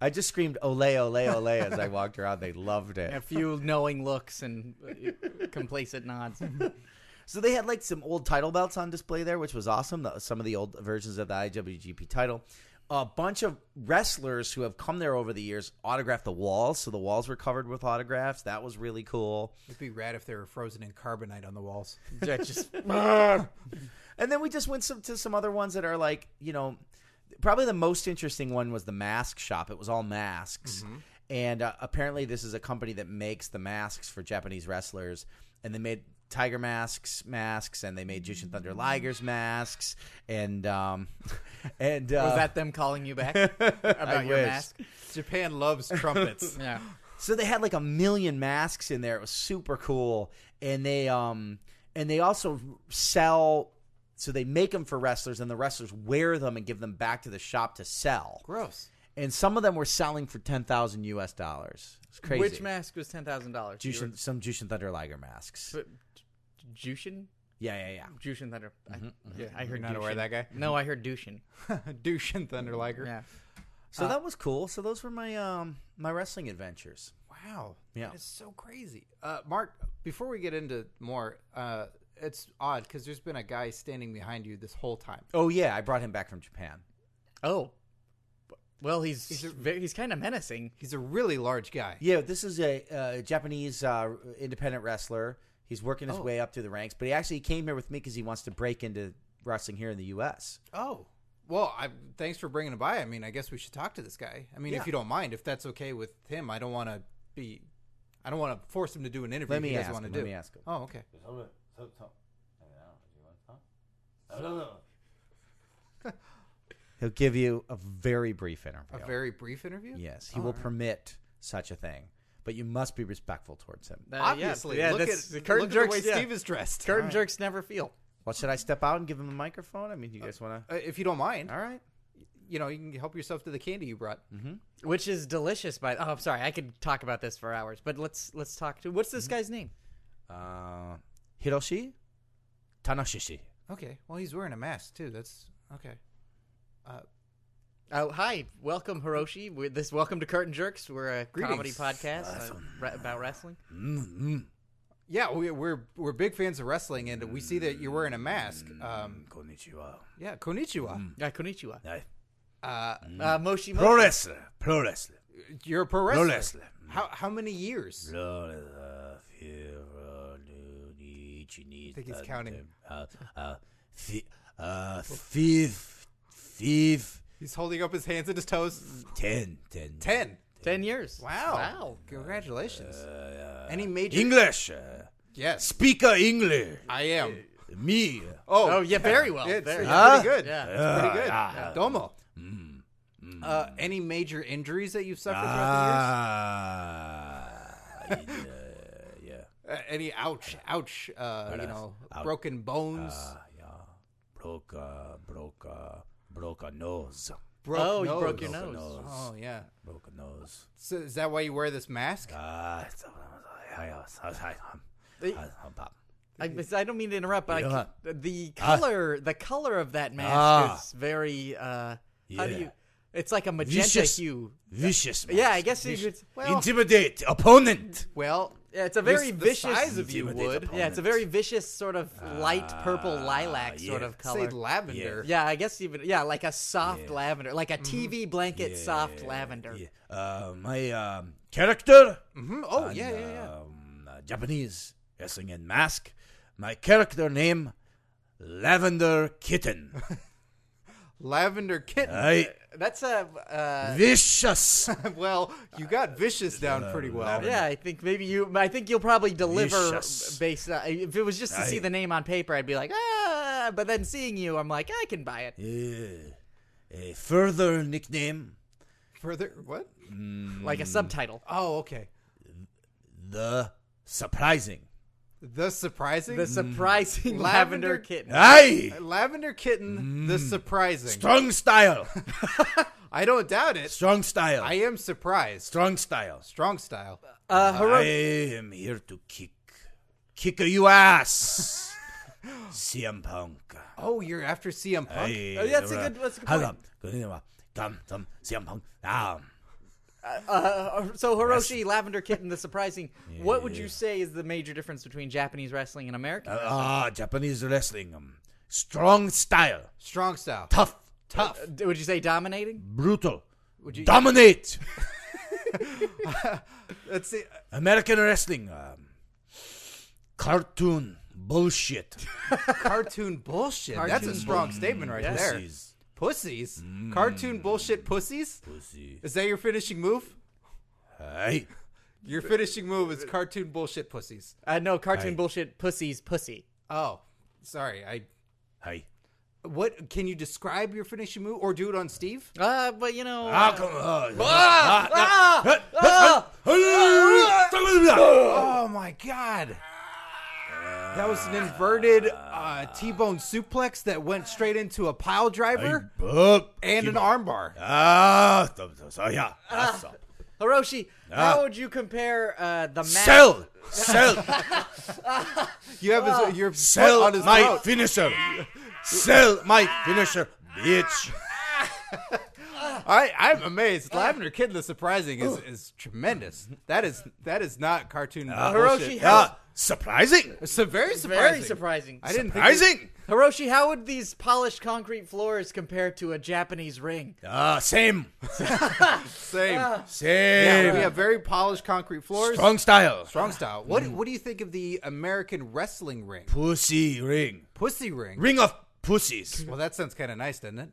Speaker 4: I just screamed "Ole, ole, ole" as I walked around. They loved it.
Speaker 1: a few knowing looks and uh, complacent nods.
Speaker 4: So they had like some old title belts on display there, which was awesome. The, some of the old versions of the IWGP title. A bunch of wrestlers who have come there over the years autographed the walls, so the walls were covered with autographs. That was really cool.
Speaker 3: It'd be rad if they were frozen in carbonite on the walls.
Speaker 1: They're just
Speaker 4: And then we just went some, to some other ones that are like, you know, probably the most interesting one was the mask shop. It was all masks.
Speaker 1: Mm-hmm.
Speaker 4: And uh, apparently, this is a company that makes the masks for Japanese wrestlers. And they made tiger masks, masks, and they made Jushin Thunder Liger's masks. And, um, and, uh,
Speaker 1: was that them calling you back about your
Speaker 4: wish.
Speaker 1: mask?
Speaker 3: Japan loves trumpets.
Speaker 1: Yeah.
Speaker 4: So they had like a million masks in there. It was super cool, and they um and they also sell. So they make them for wrestlers, and the wrestlers wear them and give them back to the shop to sell.
Speaker 3: Gross.
Speaker 4: And some of them were selling for ten thousand U.S. dollars. It's crazy.
Speaker 1: Which mask was ten thousand dollars?
Speaker 4: Jushin, some Jushin Thunder Liger masks.
Speaker 1: Jushin?
Speaker 4: Yeah, yeah, yeah.
Speaker 1: Jushin Thunder. I, yeah, I heard
Speaker 3: Mm-hmm, You're not aware
Speaker 1: Jushin.
Speaker 3: of that guy?
Speaker 1: No, I heard Dushin.
Speaker 3: Douche and Thunder Liger.
Speaker 1: Yeah.
Speaker 4: So that was cool. So those were my um my wrestling adventures.
Speaker 3: Wow.
Speaker 4: Yeah.
Speaker 3: That is so crazy. Uh, Mark, before we get into more, uh, it's odd because there's been a guy standing behind you this whole time.
Speaker 4: Oh yeah, I brought him back from Japan.
Speaker 1: Oh. Well, he's he's, very, he's kind of menacing.
Speaker 3: He's a really large guy.
Speaker 4: Yeah, this is a uh, Japanese uh, independent wrestler. He's working
Speaker 3: Oh.
Speaker 4: his way up through the ranks, but he actually came here with me because he wants to break into wrestling here in the U.S.
Speaker 3: Oh. Well, I, thanks for bringing him by. I mean, I guess we should talk to this guy. I mean,
Speaker 4: Yeah.
Speaker 3: if you don't mind, if that's okay with him, I don't want to be. I don't want to force him to do an interview
Speaker 4: Let me
Speaker 3: he
Speaker 4: ask
Speaker 3: doesn't
Speaker 4: him.
Speaker 3: want to
Speaker 4: Let
Speaker 3: do.
Speaker 4: me ask him.
Speaker 3: Oh, okay.
Speaker 4: He'll give you a very brief interview.
Speaker 3: A very brief interview.
Speaker 4: yes, he will permit such a thing, but you must be respectful towards him.
Speaker 1: Uh, yeah,
Speaker 3: Obviously,
Speaker 1: yeah,
Speaker 3: look
Speaker 1: that's-
Speaker 3: at
Speaker 1: the curtain
Speaker 3: look
Speaker 1: jerks.
Speaker 3: At the way
Speaker 1: yeah.
Speaker 3: Steve is dressed.
Speaker 1: curtain jerks never feel.
Speaker 4: Well, should I step out and give him the microphone? I mean, you guys want
Speaker 3: Uh, if you don't mind,
Speaker 4: to? All right.
Speaker 3: you know, you can help yourself to the candy you brought.
Speaker 1: which is delicious. By oh, I'm sorry, I could talk about this for hours, but let's let's talk to what's this guy's name?
Speaker 4: Uh, Hiroshi Tanashishi.
Speaker 3: Okay. Well, he's wearing a mask too. That's okay. Uh,
Speaker 1: Oh, hi, welcome Hiroshi. We're this welcome to Curtain Jerks. We're a comedy
Speaker 3: Greetings.
Speaker 1: podcast uh, re- about wrestling.
Speaker 4: Mm,
Speaker 3: Yeah, we, we're we're big fans of wrestling, and we see that you're wearing a mask. Um,
Speaker 4: Mm, Konnichiwa.
Speaker 3: yeah, konnichiwa.
Speaker 1: Yeah, konnichiwa.
Speaker 3: Uh,
Speaker 1: Uh, Moshi
Speaker 4: Pro
Speaker 1: Moshi.
Speaker 4: wrestler. Pro wrestler.
Speaker 3: you're a pro wrestler.
Speaker 4: wrestler.
Speaker 3: How how many years?
Speaker 4: I
Speaker 3: think he's counting.
Speaker 4: Uh, uh, fi- uh, fifth, fifth,
Speaker 3: He's holding up his hands and his toes.
Speaker 4: ten, ten.
Speaker 3: Ten.
Speaker 1: Ten years.
Speaker 3: Wow.
Speaker 1: Wow.
Speaker 3: Congratulations.
Speaker 1: Uh,
Speaker 3: Any major?
Speaker 4: English. uh,
Speaker 3: yes,
Speaker 4: Speaker English.
Speaker 3: I am.
Speaker 4: Me.
Speaker 3: Oh,
Speaker 1: Oh, yeah, very well.
Speaker 3: It's,
Speaker 1: very
Speaker 3: it's
Speaker 1: well.
Speaker 4: Huh?
Speaker 3: pretty good.
Speaker 1: Yeah. Mm-hmm.
Speaker 3: It's pretty good.
Speaker 4: Ah.
Speaker 3: Domo. Uh, any major injuries that you've suffered throughout
Speaker 4: Ah. yeah, yeah.
Speaker 3: the years? Uh, any ouch, ouch, uh, you know, broken bones,
Speaker 4: oh, Ah, Broke, uh, broke, uh, broke a nose.
Speaker 3: broke
Speaker 1: oh,
Speaker 3: nose.
Speaker 1: you broke your
Speaker 4: Broke a
Speaker 1: nose.
Speaker 4: nose.
Speaker 3: Oh yeah.
Speaker 4: Broke a nose.
Speaker 3: So is that why you wear this mask?
Speaker 4: Ah, it's- I- I- I- I- I-
Speaker 1: I, I don't mean to interrupt, but I,
Speaker 4: Yeah.
Speaker 1: the color, the color of that mask
Speaker 4: Ah.
Speaker 1: is very. Uh, How do
Speaker 4: Yeah.
Speaker 1: you? It's like a magenta
Speaker 4: Vicious.
Speaker 1: hue.
Speaker 4: Vicious. Man.
Speaker 1: Yeah, I guess you could. Well,
Speaker 4: Intimidate opponent.
Speaker 3: Well,
Speaker 1: Yeah, it's a very
Speaker 3: the
Speaker 1: vicious
Speaker 3: size of you
Speaker 4: Intimidate
Speaker 3: would.
Speaker 1: Yeah, it's a
Speaker 4: opponent.
Speaker 1: very vicious sort of light purple lilac sort
Speaker 4: yeah.
Speaker 1: of
Speaker 3: Say
Speaker 1: color.
Speaker 3: lavender.
Speaker 1: yeah, I guess even yeah, like a soft lavender, like a TV blanket soft lavender.
Speaker 4: Yeah. Uh, my um, character.
Speaker 3: Mhm. Oh yeah, yeah, yeah.
Speaker 4: Um, uh, Japanese wrestling and mask. My character name, Lavender Kitten.
Speaker 3: Lavender kitten.
Speaker 4: I
Speaker 1: That's a uh,
Speaker 4: vicious.
Speaker 3: well, you got vicious down pretty well.
Speaker 1: yeah. I think maybe you. I think you'll probably deliver
Speaker 4: Vicious.
Speaker 1: based. On, if it was just to see
Speaker 4: Aye.
Speaker 1: the name on paper, I'd be like ah. But then seeing you, I'm like I can buy it.
Speaker 4: Mm. Yeah. a further nickname,
Speaker 3: Further, what?
Speaker 1: Like a subtitle.
Speaker 3: Oh, okay.
Speaker 4: the surprising.
Speaker 3: The surprising.
Speaker 1: The surprising
Speaker 3: Lavender-
Speaker 1: lavender kitten.
Speaker 4: Aye.
Speaker 3: Lavender kitten, the surprising.
Speaker 4: Strong style.
Speaker 3: I don't doubt it.
Speaker 4: Strong style.
Speaker 3: I am surprised.
Speaker 4: Strong style.
Speaker 3: Strong style.
Speaker 1: Uh, Hiro-
Speaker 4: I am here to kick, kick a you ass, CM Punk.
Speaker 3: Oh, you're after CM Punk.
Speaker 1: Oh, yeah, that's a good- that's a good
Speaker 4: Hold on.
Speaker 1: point.
Speaker 4: Continue. Come, come, CM Punk. Now,
Speaker 1: Uh, so Hiroshi Lavender Kitten, the surprising. What would you say is the major difference between Japanese wrestling and American?
Speaker 4: Uh, ah, Japanese wrestling. Um, strong style,
Speaker 3: Strong style.
Speaker 4: tough,
Speaker 3: Tough.
Speaker 1: Uh, D- would you say dominating?
Speaker 4: brutal. Dominate
Speaker 3: Let's see.
Speaker 4: American wrestling. Um, cartoon bullshit.
Speaker 3: Cartoon bullshit. That's a
Speaker 1: Cartoon
Speaker 3: strong statement right there.
Speaker 4: Pussies. Mm.
Speaker 3: Pussies. Cartoon bullshit pussies?
Speaker 4: Pussy.
Speaker 3: Is that your finishing move?
Speaker 4: Aye.
Speaker 3: Your finishing move is cartoon bullshit pussies.
Speaker 1: Uh, no,
Speaker 4: Aye.
Speaker 1: cartoon bullshit. Pussy's pussy.
Speaker 3: Oh, sorry. I
Speaker 4: Aye.
Speaker 3: what can you describe your finishing move or do it on Steve?
Speaker 1: Uh, but you know,
Speaker 4: Ah,
Speaker 1: uh,
Speaker 4: come on.
Speaker 1: ah,
Speaker 4: Ah!
Speaker 3: Oh my god.
Speaker 4: Ah!
Speaker 3: That was an inverted uh, T-bone suplex that went straight into a pile driver and an Ah. armbar.
Speaker 4: Ah, so- so- so, yeah. That's all.
Speaker 1: Hiroshi, how would you compare uh, the match?
Speaker 4: Sell, sell,
Speaker 3: You have
Speaker 1: Ah.
Speaker 3: his, your foot
Speaker 4: sell
Speaker 3: on his
Speaker 4: my
Speaker 3: throat.
Speaker 4: finisher. Sell my finisher, bitch.
Speaker 3: I, I'm amazed.
Speaker 1: Ah.
Speaker 3: Lavender Kid, the surprising is, is tremendous. That is that is not cartoon
Speaker 4: Ah.
Speaker 1: Hiroshi,
Speaker 3: bullshit.
Speaker 1: how-
Speaker 4: Yeah, surprising,
Speaker 3: It's so very surprising.
Speaker 1: Very surprising.
Speaker 3: I didn't think.
Speaker 4: surprising.
Speaker 1: Hiroshi, how would these polished concrete floors compare to a Japanese ring?
Speaker 4: Ah, same,
Speaker 3: it- Same.
Speaker 4: same.
Speaker 3: yeah, we have very polished concrete floors.
Speaker 4: Strong style,
Speaker 3: Strong style. What What do you think of the American wrestling ring?
Speaker 4: pussy ring,
Speaker 3: Pussy ring.
Speaker 4: ring of pussies,
Speaker 3: Well, that sounds kind of nice, doesn't it?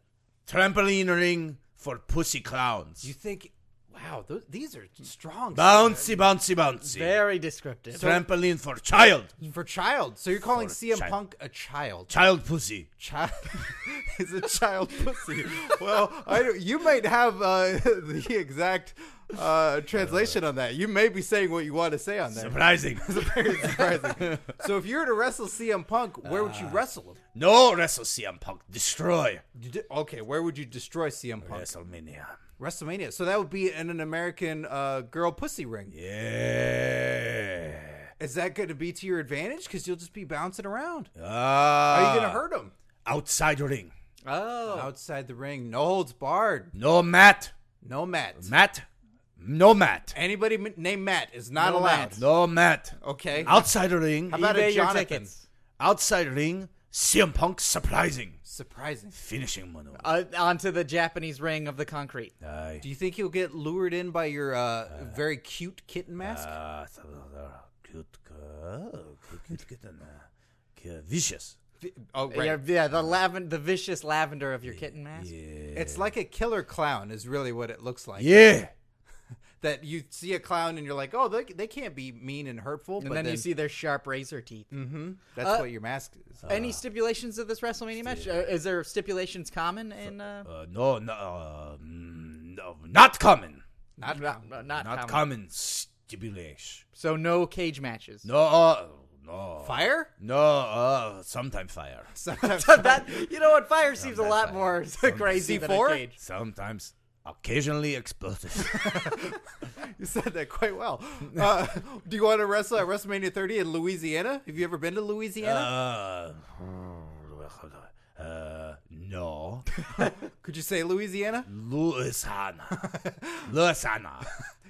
Speaker 4: trampoline ring for pussy clowns.
Speaker 3: You think? Wow, those, these are strong.
Speaker 4: Bouncy, bouncy, bouncy.
Speaker 1: Very descriptive.
Speaker 4: Trampoline for child,
Speaker 3: for child. So you're calling CM
Speaker 4: child.
Speaker 3: Punk a child?
Speaker 4: child pussy.
Speaker 3: Child is a child pussy. Well, I don't- you might have uh, the exact uh, translation on that. You may be saying what you want to say on that.
Speaker 4: Surprising.
Speaker 3: Very surprising. so if you were to wrestle CM Punk, where would
Speaker 4: Uh,
Speaker 3: you wrestle him?
Speaker 4: no wrestle CM Punk. Destroy
Speaker 3: You di- okay, where would you destroy CM Punk?
Speaker 4: WrestleMania.
Speaker 3: WrestleMania. So that would be in an American uh, girl pussy ring.
Speaker 4: Yeah.
Speaker 3: Is that going to be to your advantage? Because you'll just be bouncing around.
Speaker 4: Ah.
Speaker 3: Are you going to hurt him?
Speaker 4: Outside ring.
Speaker 1: Uh, oh.
Speaker 3: Outside the ring, no holds barred.
Speaker 4: No Matt.
Speaker 3: No mats.
Speaker 4: Matt. No Matt.
Speaker 3: Anybody m- named Matt is not
Speaker 1: No
Speaker 3: allowed.
Speaker 1: mats.
Speaker 4: No Matt.
Speaker 3: Okay.
Speaker 4: Outside ring.
Speaker 3: How about a
Speaker 1: eBay your
Speaker 3: Jonathan?
Speaker 1: tickets.
Speaker 4: Outside ring. CM Punk surprising.
Speaker 3: Surprising.
Speaker 4: Finishing maneuver.
Speaker 1: Uh, onto the Japanese ring of the concrete.
Speaker 4: Aye.
Speaker 3: Do you think you'll get lured in by your uh, very cute kitten mask?
Speaker 1: uh,
Speaker 4: Ah, so- so- cute girl. Cute kitten. uh, cute- Vicious.
Speaker 3: oh, right.
Speaker 1: Yeah, yeah, the laven- the vicious lavender of your kitten mask.
Speaker 3: It's like a killer clown is really what it looks like.
Speaker 4: Yeah.
Speaker 3: That you see a clown and you're like, oh, they, they can't be mean and hurtful.
Speaker 1: And
Speaker 3: but
Speaker 1: then, you see their sharp razor teeth.
Speaker 3: that's
Speaker 1: uh,
Speaker 3: what your mask is.
Speaker 1: Any stipulations of this WrestleMania match? Uh, is there stipulations common in? Uh,
Speaker 4: Uh, no, no, uh, mm, no, not common.
Speaker 1: not not,
Speaker 4: Not
Speaker 1: common.
Speaker 4: common stipulation.
Speaker 1: So no cage matches.
Speaker 4: No, uh, no.
Speaker 3: Fire?
Speaker 4: No, uh, sometime fire.
Speaker 3: Sometimes.
Speaker 1: that you know what? Fire seems a lot more crazy than a
Speaker 3: C4?
Speaker 1: cage.
Speaker 4: Sometimes, occasionally explosive.
Speaker 3: you said that quite well. Uh, do you want to wrestle at WrestleMania 30 in Louisiana? Have you ever been to Louisiana?
Speaker 4: uh, uh, no.
Speaker 3: Could you say Louisiana?
Speaker 4: Louisiana. Louisiana.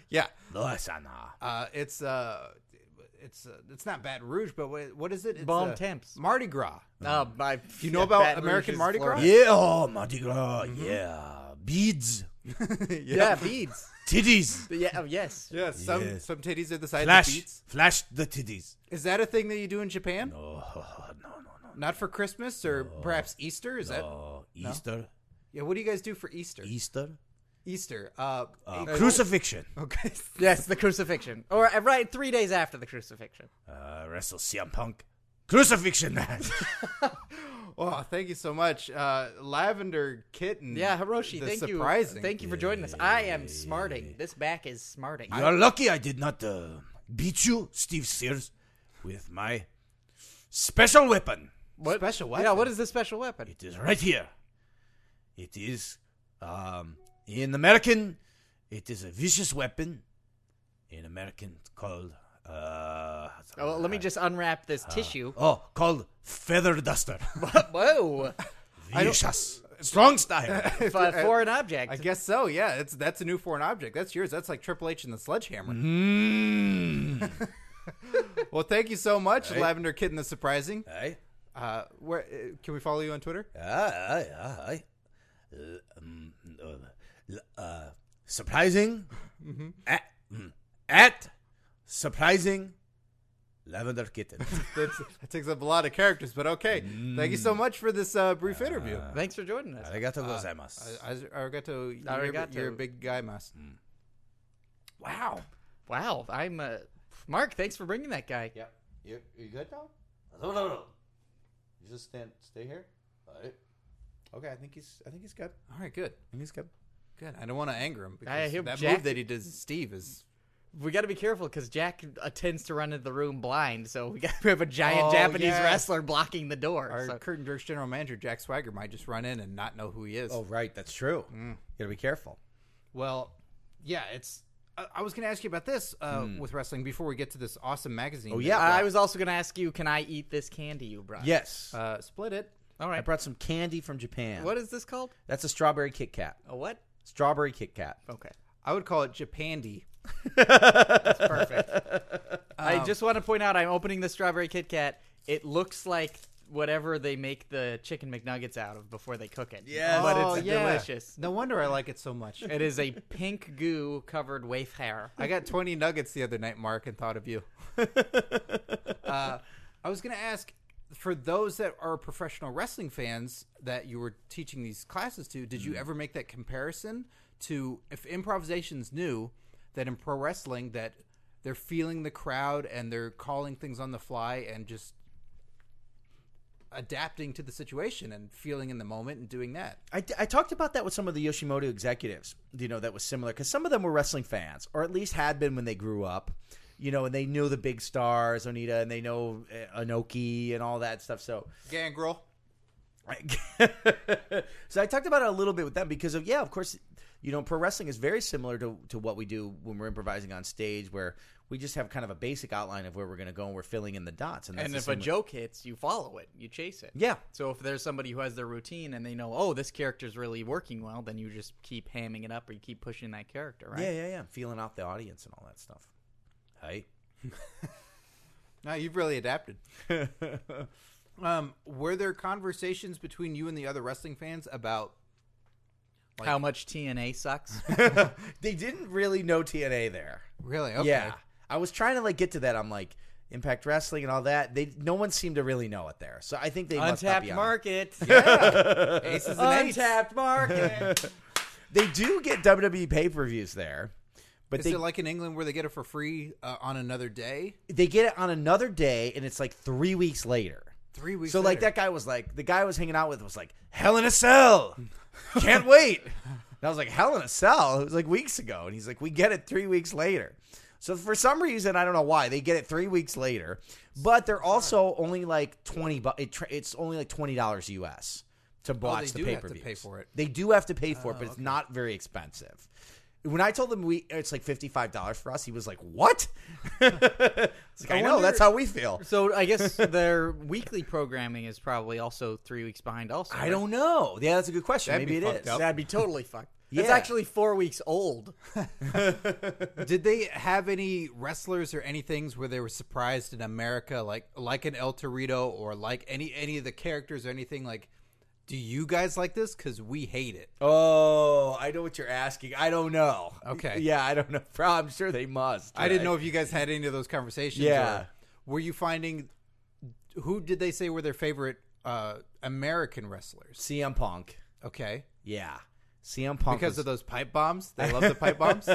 Speaker 3: Yeah.
Speaker 4: Louisiana.
Speaker 3: Uh, it's uh, it's uh, it's not Baton Rouge, but what, what is it? It's,
Speaker 1: Bon
Speaker 3: uh,
Speaker 1: Temps.
Speaker 3: Mardi Gras.
Speaker 1: Uh, my,
Speaker 3: You know about American Mardi Gras?
Speaker 4: Yeah, oh, Mardi Gras, yeah. Beads,
Speaker 1: Yeah. beads.
Speaker 4: titties.
Speaker 1: But yeah, oh, yes.
Speaker 3: Yes, some
Speaker 4: Yes.
Speaker 3: some titties are the size of
Speaker 4: Flash,
Speaker 3: beats.
Speaker 4: flash the titties.
Speaker 3: Is that a thing that you do in Japan?
Speaker 4: Oh, no, no, no.
Speaker 3: Not for Christmas or perhaps Easter? Is that?
Speaker 4: Oh, Easter,
Speaker 3: Yeah. What do you guys do for Easter?
Speaker 1: E-
Speaker 4: Easter.
Speaker 3: Easter. Uh,
Speaker 4: Uh,
Speaker 3: a-
Speaker 4: crucifixion.
Speaker 3: Okay.
Speaker 1: Yes, the crucifixion, or uh, right three days after the crucifixion.
Speaker 4: Uh, wrestle CM Punk. Crucifixion match.
Speaker 3: Oh, thank you so much, uh, Lavender Kitten.
Speaker 1: Yeah, Hiroshi,
Speaker 3: the
Speaker 1: thank you.
Speaker 3: Mm. surprising.
Speaker 1: Thank you for joining us. I am smarting. This back is smarting.
Speaker 4: You're lucky I did not uh, beat you, Steve Sears, with my special weapon.
Speaker 1: What-
Speaker 3: Special
Speaker 1: Yeah,
Speaker 3: weapon.
Speaker 1: what is the special weapon?
Speaker 4: It is right here. It is, um, in American, it is a vicious weapon. In American, called. Uh,
Speaker 1: Oh, let me just unwrap
Speaker 3: Uh.
Speaker 1: this tissue.
Speaker 4: Oh, called feather duster.
Speaker 1: Whoa,
Speaker 4: Vicious. Strong style.
Speaker 1: F- uh, foreign object.
Speaker 3: I guess so. Yeah, it's that's a new foreign object. That's yours. That's like Triple H and the Sledgehammer.
Speaker 4: Mmm.
Speaker 3: Well, thank you so much, Lavender Kitten. The surprising.
Speaker 4: Aye.
Speaker 3: Uh, where uh, can we follow you on Twitter?
Speaker 4: Aye, aye, aye. L- um, uh, l- uh, surprising
Speaker 1: Mm-hmm.
Speaker 4: at, mm, at surprising lavender kitten.
Speaker 3: That's, that takes up a lot of characters, but okay. Thank you so much for this uh, brief interview.
Speaker 1: Thanks for joining us.
Speaker 4: Arigato
Speaker 5: Uh,
Speaker 4: gozaimasu.
Speaker 3: I, arigato, you're,
Speaker 1: Arigato.
Speaker 3: you're a big guy, mas.
Speaker 4: Wow.
Speaker 1: Wow, I'm uh, Mark. Thanks for bringing that guy.
Speaker 5: Yep. You, you good now? No, no, no. You just stand, stay here. All right. Okay, I think he's, I think he's good. I
Speaker 3: All right, good,
Speaker 5: think he's good.
Speaker 3: good. I don't want to anger him because
Speaker 1: he'll
Speaker 3: that
Speaker 1: jack-
Speaker 3: move that he does, to Steve, is
Speaker 1: we got to be careful because Jack uh, tends to run into the room blind, so we got we have a giant
Speaker 3: Oh,
Speaker 1: Japanese
Speaker 3: yeah.
Speaker 1: wrestler blocking the door.
Speaker 3: Our
Speaker 1: so-
Speaker 3: Curtain Jerks general manager, Jack Swagger, might just run in and not know who he is.
Speaker 4: Oh, right. That's true.
Speaker 5: Mm.
Speaker 4: You gotta be careful.
Speaker 3: Well, yeah, it's. I, I was going to ask you about this uh, with wrestling before we get to this awesome magazine. Oh,
Speaker 1: I was also going to ask you, can I eat this candy you brought?
Speaker 4: Yes.
Speaker 3: Uh, split it.
Speaker 1: All
Speaker 4: I
Speaker 1: right.
Speaker 4: brought some candy from Japan.
Speaker 1: What is this called?
Speaker 4: That's a strawberry Kit Kat.
Speaker 1: A what?
Speaker 4: Strawberry Kit Kat.
Speaker 1: Okay.
Speaker 3: I would call it Japandi.
Speaker 1: I
Speaker 4: Um,
Speaker 1: just want to point out, I'm opening the strawberry Kit Kat. It looks like whatever they make the chicken McNuggets out of before they cook it.
Speaker 4: Yes. Oh,
Speaker 1: but it's delicious.
Speaker 3: Oh, No wonder I like it so much.
Speaker 1: It is a pink goo covered waif hair.
Speaker 3: I got 20 nuggets the other night, Mark, and thought of you. uh, I was going to ask for those that are professional wrestling fans that you were teaching these classes to, did
Speaker 1: Mm.
Speaker 3: you ever make that comparison to if improvisation's new, that in pro wrestling that they're feeling the crowd and they're calling things on the fly and just adapting to the situation and feeling in the moment and doing that.
Speaker 4: I, I talked about that with some of the Yoshimoto executives, you know, that was similar because some of them were wrestling fans, or at least had been when they grew up, you know, and they knew the big stars, Onita, and they know uh, Anoki and all that stuff. So,
Speaker 3: Gangrel.
Speaker 4: so I talked about it a little bit with them because of yeah, of course, you know, pro wrestling is very similar to to what we do when we're improvising on stage, where we just have kind of a basic outline of where we're going to go and we're filling in the dots. And, that's
Speaker 1: And
Speaker 4: the
Speaker 1: if
Speaker 4: same
Speaker 1: a
Speaker 4: with-
Speaker 1: joke hits, you follow it, you chase it.
Speaker 4: yeah,
Speaker 1: So if there's somebody who has their routine and they know, oh, this character's really working well, then you just keep hamming it up or you keep pushing that character, right?
Speaker 4: yeah, yeah, yeah, feeling out the audience and all that stuff. Hey,
Speaker 3: No, you've really adapted. um, were there conversations between you and the other wrestling fans about?
Speaker 1: How much TNA sucks?
Speaker 4: they didn't really know TNA there.
Speaker 3: Really? Okay.
Speaker 4: Yeah, I was trying to like get to that. I'm like Impact Wrestling and all that. They no one seemed to really know it there, so I think they must not
Speaker 1: Untapped
Speaker 4: be on it.
Speaker 1: market.
Speaker 3: Ace is an ace.
Speaker 1: Untapped market.
Speaker 4: They do get WWE pay per views there, but
Speaker 3: Is
Speaker 4: they
Speaker 3: it like in England where they get it for free uh, on another day?
Speaker 4: they get it on another day, and it's like three weeks later.
Speaker 3: Three weeks.
Speaker 4: So like
Speaker 3: later.
Speaker 4: that guy was like the guy I was hanging out with was like Hell in a Cell, can't wait. And I was like Hell in a Cell. It was like weeks ago, and he's like we get it three weeks later. So for some reason I don't know why they get it three weeks later, but they're also only like twenty. Bu- it tra- it's only like twenty dollars US to watch
Speaker 3: Oh, do
Speaker 4: the pay
Speaker 3: have to
Speaker 4: per view.
Speaker 3: pay for it. Oh,
Speaker 4: They do have to pay for it, but it's not very expensive. When I told him we it's like fifty five dollars for us, he was like, "What?" It's like, I, know
Speaker 1: wonder-
Speaker 4: that's how we feel.
Speaker 1: so I guess their weekly programming is probably also three weeks behind. Also,
Speaker 4: I don't know. Yeah, that's a good question.
Speaker 3: That'd
Speaker 4: Maybe
Speaker 3: be
Speaker 4: it
Speaker 3: fucked
Speaker 4: is.
Speaker 3: up.
Speaker 1: That'd be totally fucked. It's
Speaker 4: Yeah.
Speaker 1: actually four weeks old.
Speaker 3: Did they have any wrestlers or any things where they were surprised in America, like like an El Torito or like any any of the characters or anything like? Do you guys like this? Because we hate it.
Speaker 4: Oh, I know what you're asking. I don't know.
Speaker 3: Okay.
Speaker 4: Yeah, I don't know. Probably, I'm sure they must.
Speaker 3: I didn't
Speaker 4: right?
Speaker 3: know if you guys had any of those conversations.
Speaker 4: Yeah.
Speaker 3: or were you finding who did they say were their favorite uh, American wrestlers?
Speaker 4: CM Punk.
Speaker 3: Okay,
Speaker 4: Yeah. CM Punk.
Speaker 3: because
Speaker 4: was-
Speaker 3: of those pipe bombs, they love the pipe bombs.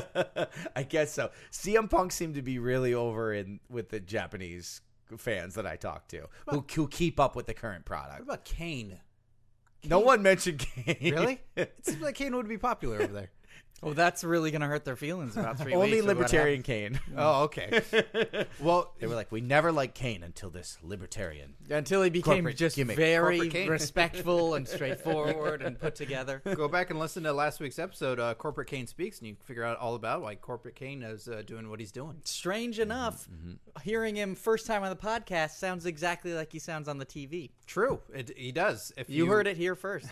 Speaker 4: I guess so. CM Punk seemed to be really over in with the Japanese fans that I talked to who, who keep up with the current
Speaker 3: What
Speaker 4: product.
Speaker 3: about Kane?
Speaker 4: No one mentioned Kane.
Speaker 3: Really? it seems like Kane would be popular over there.
Speaker 1: Oh, that's really gonna hurt their feelings about three weeks.
Speaker 4: Only
Speaker 1: is what
Speaker 4: libertarian Kane.
Speaker 3: Oh, okay. Well,
Speaker 4: They were like, we never liked Kane until this libertarian.
Speaker 1: happened. until he became
Speaker 4: Corporate
Speaker 1: just
Speaker 4: gimmick.
Speaker 1: very
Speaker 3: Corporate king.
Speaker 1: respectful and straightforward and put together.
Speaker 3: go back and listen to last week's episode, uh, Corporate Kane Speaks, and you can figure out all about why Corporate Kane is uh, doing what he's doing.
Speaker 1: Strange enough, hearing him first time on the podcast sounds exactly like he sounds on the TV.
Speaker 3: True, it, he does. If
Speaker 1: You, heard it here first.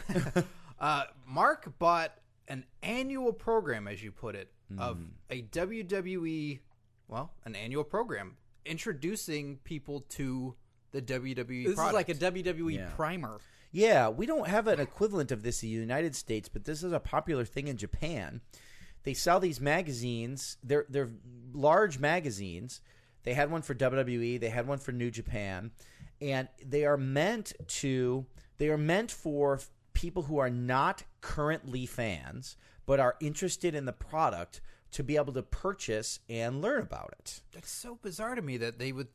Speaker 3: Uh, Mark bought an annual program, as you put it,
Speaker 4: Hmm.
Speaker 3: of a WWE, well, an annual program introducing people to the WWE.
Speaker 1: this is
Speaker 3: product.
Speaker 1: like a WWE primer.
Speaker 4: Yeah, we don't have an equivalent of this in the United States, but this is a popular thing in Japan. They sell these magazines. They're they're large magazines. They had one for WWE, they had one for New Japan, and they are meant to they are meant for f- people who are not currently fans but are interested in the product to be able to purchase and learn about it.
Speaker 3: That's so bizarre to me that they would,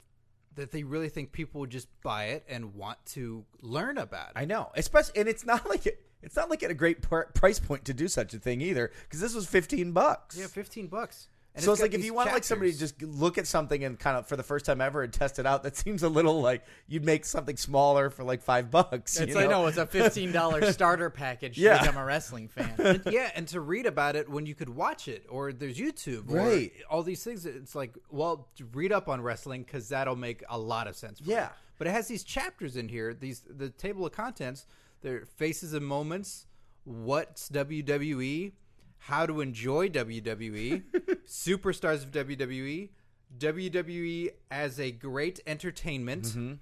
Speaker 3: that they really think people would just buy it and want to learn about it.
Speaker 4: I know, especially, and it's not like it, it's not like at a great pr- price point to do such a thing either, because this was fifteen bucks.
Speaker 3: yeah, fifteen bucks. And
Speaker 4: so it's
Speaker 3: got
Speaker 4: like if
Speaker 3: these
Speaker 4: you want like somebody to
Speaker 3: chapters.
Speaker 4: just look at something and kind of for the first time ever and test it out, that seems a little like you'd make something smaller for like five bucks.
Speaker 1: It's,
Speaker 4: you know?
Speaker 1: I know it's a fifteen dollar starter package
Speaker 4: Yeah.
Speaker 1: to become a wrestling fan.
Speaker 3: yeah, and to read about it when you could watch it, or there's YouTube, or
Speaker 4: Right.
Speaker 3: all these things. It's like, well, read up on wrestling because that'll make a lot of sense. For
Speaker 4: Yeah.
Speaker 3: you. but it has these chapters in here. These the table of contents. Their faces and moments. What's WWE? How to enjoy WWE? superstars of E, WWE? WWE E as a great entertainment.
Speaker 4: Mm-hmm.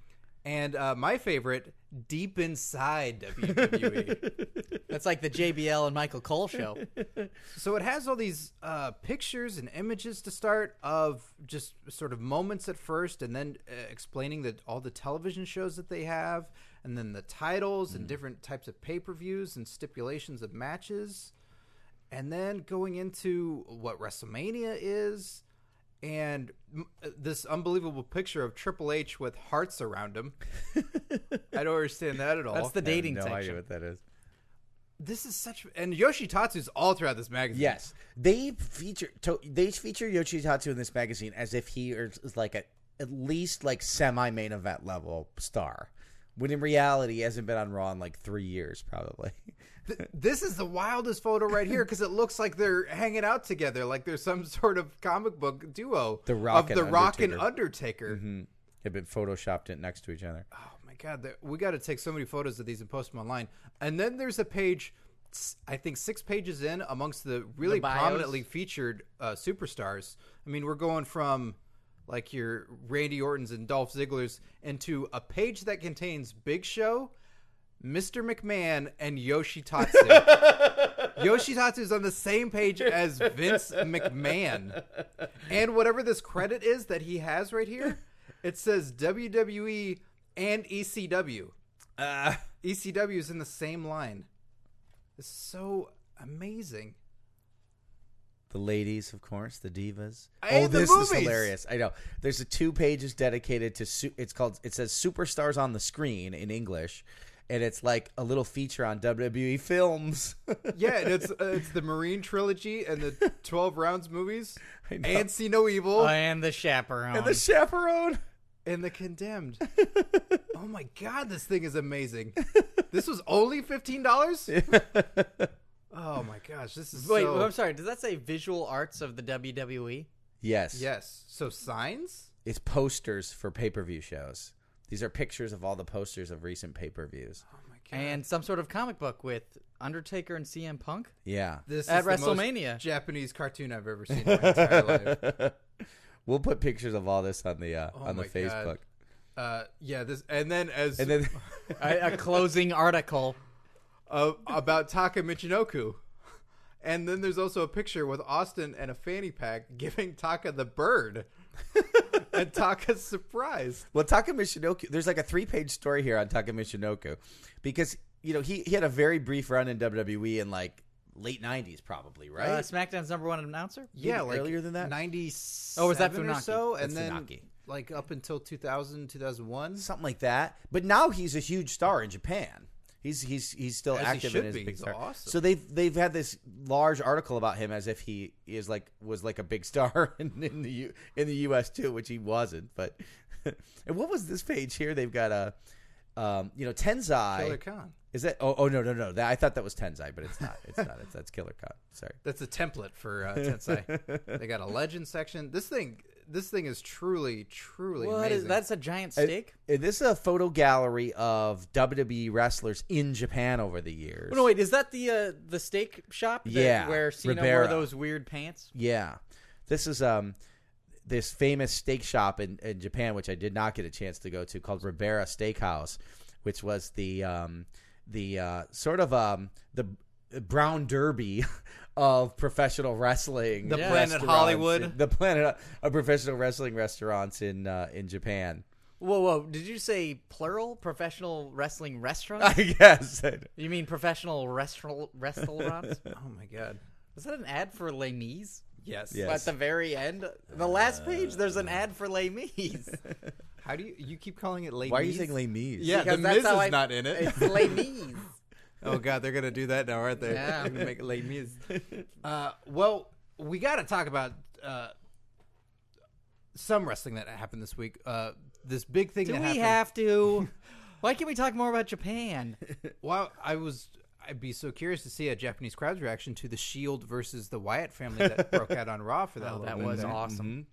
Speaker 3: And uh, my favorite, deep inside E. WWE.
Speaker 1: That's like the JBL and Michael Cole show.
Speaker 3: So it has all these uh, pictures and images to start of just sort of moments at first, and then uh, explaining that all the television shows that they have, and then the titles
Speaker 1: Mm.
Speaker 3: and different types of pay per views and stipulations of matches, and then going into what WrestleMania is, and mm, uh, this unbelievable picture of Triple H with hearts around him. I don't understand that at all.
Speaker 1: That's the
Speaker 4: I have
Speaker 1: dating
Speaker 4: no idea
Speaker 1: section.
Speaker 4: what that is.
Speaker 3: this is such and Yoshitatsu's all throughout this magazine.
Speaker 4: Yes, they feature to, they feature Yoshitatsu in this magazine as if he is, is like a at least like semi main event level star, when in reality he hasn't been on Raw in like three years probably.
Speaker 3: Th- this is the wildest photo right here because it looks like they're hanging out together, like they're some sort of comic book duo
Speaker 4: The Rock
Speaker 3: of
Speaker 4: and
Speaker 3: the Rock and Undertaker.
Speaker 4: Have been photoshopped it next to each other.
Speaker 3: Oh my god, that- we got to take so many photos of these and post them online. And then there's a page, s- I think six pages in, amongst the really
Speaker 1: bios.
Speaker 3: prominently featured uh, superstars. I mean, we're going from like your Randy Orton's and Dolph Ziggler's into a page that contains Big Show. Mr. McMahon and Yoshitatsu. Yoshitatsu is on the same page as Vince McMahon. And whatever this credit is that he has right here, it says WWE and E ECW.
Speaker 4: Uh,
Speaker 3: ECW E is in the same line. It's so amazing.
Speaker 4: The ladies, of course, the divas. oh,
Speaker 3: I hate the
Speaker 4: this is
Speaker 3: movies.
Speaker 4: hilarious. I know. There's a two pages dedicated to su- it's called it says superstars on the screen in English, and it's like a little feature on WWE films.
Speaker 3: Yeah, and it's uh, it's the Marine trilogy and the Twelve Rounds movies,
Speaker 4: I know.
Speaker 3: and See No Evil,
Speaker 1: Oh, and the chaperone.
Speaker 4: the chaperone.
Speaker 3: and the Condemned. oh my God, this thing is amazing. This was only fifteen dollars. Oh my gosh, this is
Speaker 1: Wait,
Speaker 3: so-
Speaker 1: I'm sorry. Does that say visual arts of the E? WWE?
Speaker 4: Yes.
Speaker 3: Yes, so signs.
Speaker 4: It's posters for pay per view shows. These are pictures of all the posters of recent pay per views.
Speaker 3: Oh my God.
Speaker 1: And some sort of comic book with Undertaker and CM Punk?
Speaker 4: Yeah.
Speaker 3: This
Speaker 1: At
Speaker 3: is the most
Speaker 1: WrestleMania.
Speaker 3: Japanese cartoon I've ever seen in my entire life.
Speaker 4: We'll put pictures of all this on the uh, on the
Speaker 3: Oh my God.
Speaker 4: Facebook.
Speaker 3: Uh, yeah, this and then as
Speaker 4: And then
Speaker 1: A, a closing article.
Speaker 3: uh, about Taka Michinoku, and then there's also a picture with Austin and a fanny pack giving Taka the bird, and Taka's surprised.
Speaker 4: Well, Taka Michinoku, there's like a three page story here on Taka Michinoku because, you know, he, he had a very brief run in WWE in like late 90s, probably, right?
Speaker 1: Uh, SmackDown's number one announcer?
Speaker 3: Yeah,
Speaker 4: Maybe
Speaker 3: like
Speaker 4: earlier than that?
Speaker 3: ninety.
Speaker 1: Oh, was that
Speaker 3: or
Speaker 1: Funaki?
Speaker 3: so?
Speaker 4: That's
Speaker 3: And then
Speaker 4: Funaki.
Speaker 3: like up until 2000, 2001.
Speaker 4: Something like that. But now he's a huge star in Japan. He's he's he's still
Speaker 3: As he
Speaker 4: active
Speaker 3: should
Speaker 4: and is
Speaker 3: be.
Speaker 4: a big
Speaker 3: He's
Speaker 4: star.
Speaker 3: awesome.
Speaker 4: So they've they've had this large article about him as if he is like was like a big star in, in the U, in the U.S. too, which he wasn't. But and what was this page here? They've got a um, you know Tenzai
Speaker 3: Killer Khan.
Speaker 4: Is that? Oh, oh no, no, no. That, I thought that was Tenzai, but it's not. It's not. It's, that's Killer Cut. Sorry.
Speaker 3: That's a template for uh, Tensei. they got a legend section. This thing, this thing is truly, truly
Speaker 1: What
Speaker 3: amazing.
Speaker 1: is, that's a giant steak?
Speaker 4: And this is a photo gallery of WWE wrestlers in Japan over the years.
Speaker 1: Oh, no, wait. Is that the uh, the steak shop? that-
Speaker 4: Yeah,
Speaker 1: Where Cena wore
Speaker 4: Ribera.
Speaker 1: those weird pants?
Speaker 4: Yeah, this is um this famous steak shop in, in Japan, which I did not get a chance to go to, called Ribera Steakhouse, which was the um the uh, sort of um the brown derby of professional wrestling
Speaker 3: The
Speaker 4: Yeah.
Speaker 3: Planet
Speaker 4: restaurants
Speaker 3: Hollywood.
Speaker 4: in- the planet uh, of professional wrestling restaurants in uh, in japan
Speaker 1: Whoa, whoa. Did you say plural? Professional wrestling
Speaker 4: I
Speaker 1: restaurant?
Speaker 4: guess.
Speaker 1: you mean professional restaurant restaurants?
Speaker 3: oh my god.
Speaker 1: Is that an ad for Les Mis?
Speaker 3: Yes.
Speaker 4: Yeah.
Speaker 1: At the very end, the last page, there's an ad for Les Mis.
Speaker 3: How do you you keep calling it late?
Speaker 4: Why are you saying Les Mis?
Speaker 3: Yeah,
Speaker 1: Because
Speaker 3: the
Speaker 1: that's
Speaker 3: Miz is
Speaker 1: how I-
Speaker 3: not in it.
Speaker 1: it's Les Mis.
Speaker 3: oh god, they're gonna do that now, aren't they?
Speaker 1: Yeah.
Speaker 3: They're gonna make it late Mis. Uh, well, we got to talk about uh, some wrestling that happened this week. Uh, this big thing
Speaker 1: Do we
Speaker 3: that happened.
Speaker 1: have to? Why can't we talk more about Japan?
Speaker 3: Well, I was. I'd be so curious to see a Japanese crowd's reaction to the Shield versus the Wyatt family that broke out on Raw for that.
Speaker 1: Oh,
Speaker 3: little
Speaker 1: that
Speaker 3: bit
Speaker 1: was
Speaker 3: there.
Speaker 1: awesome.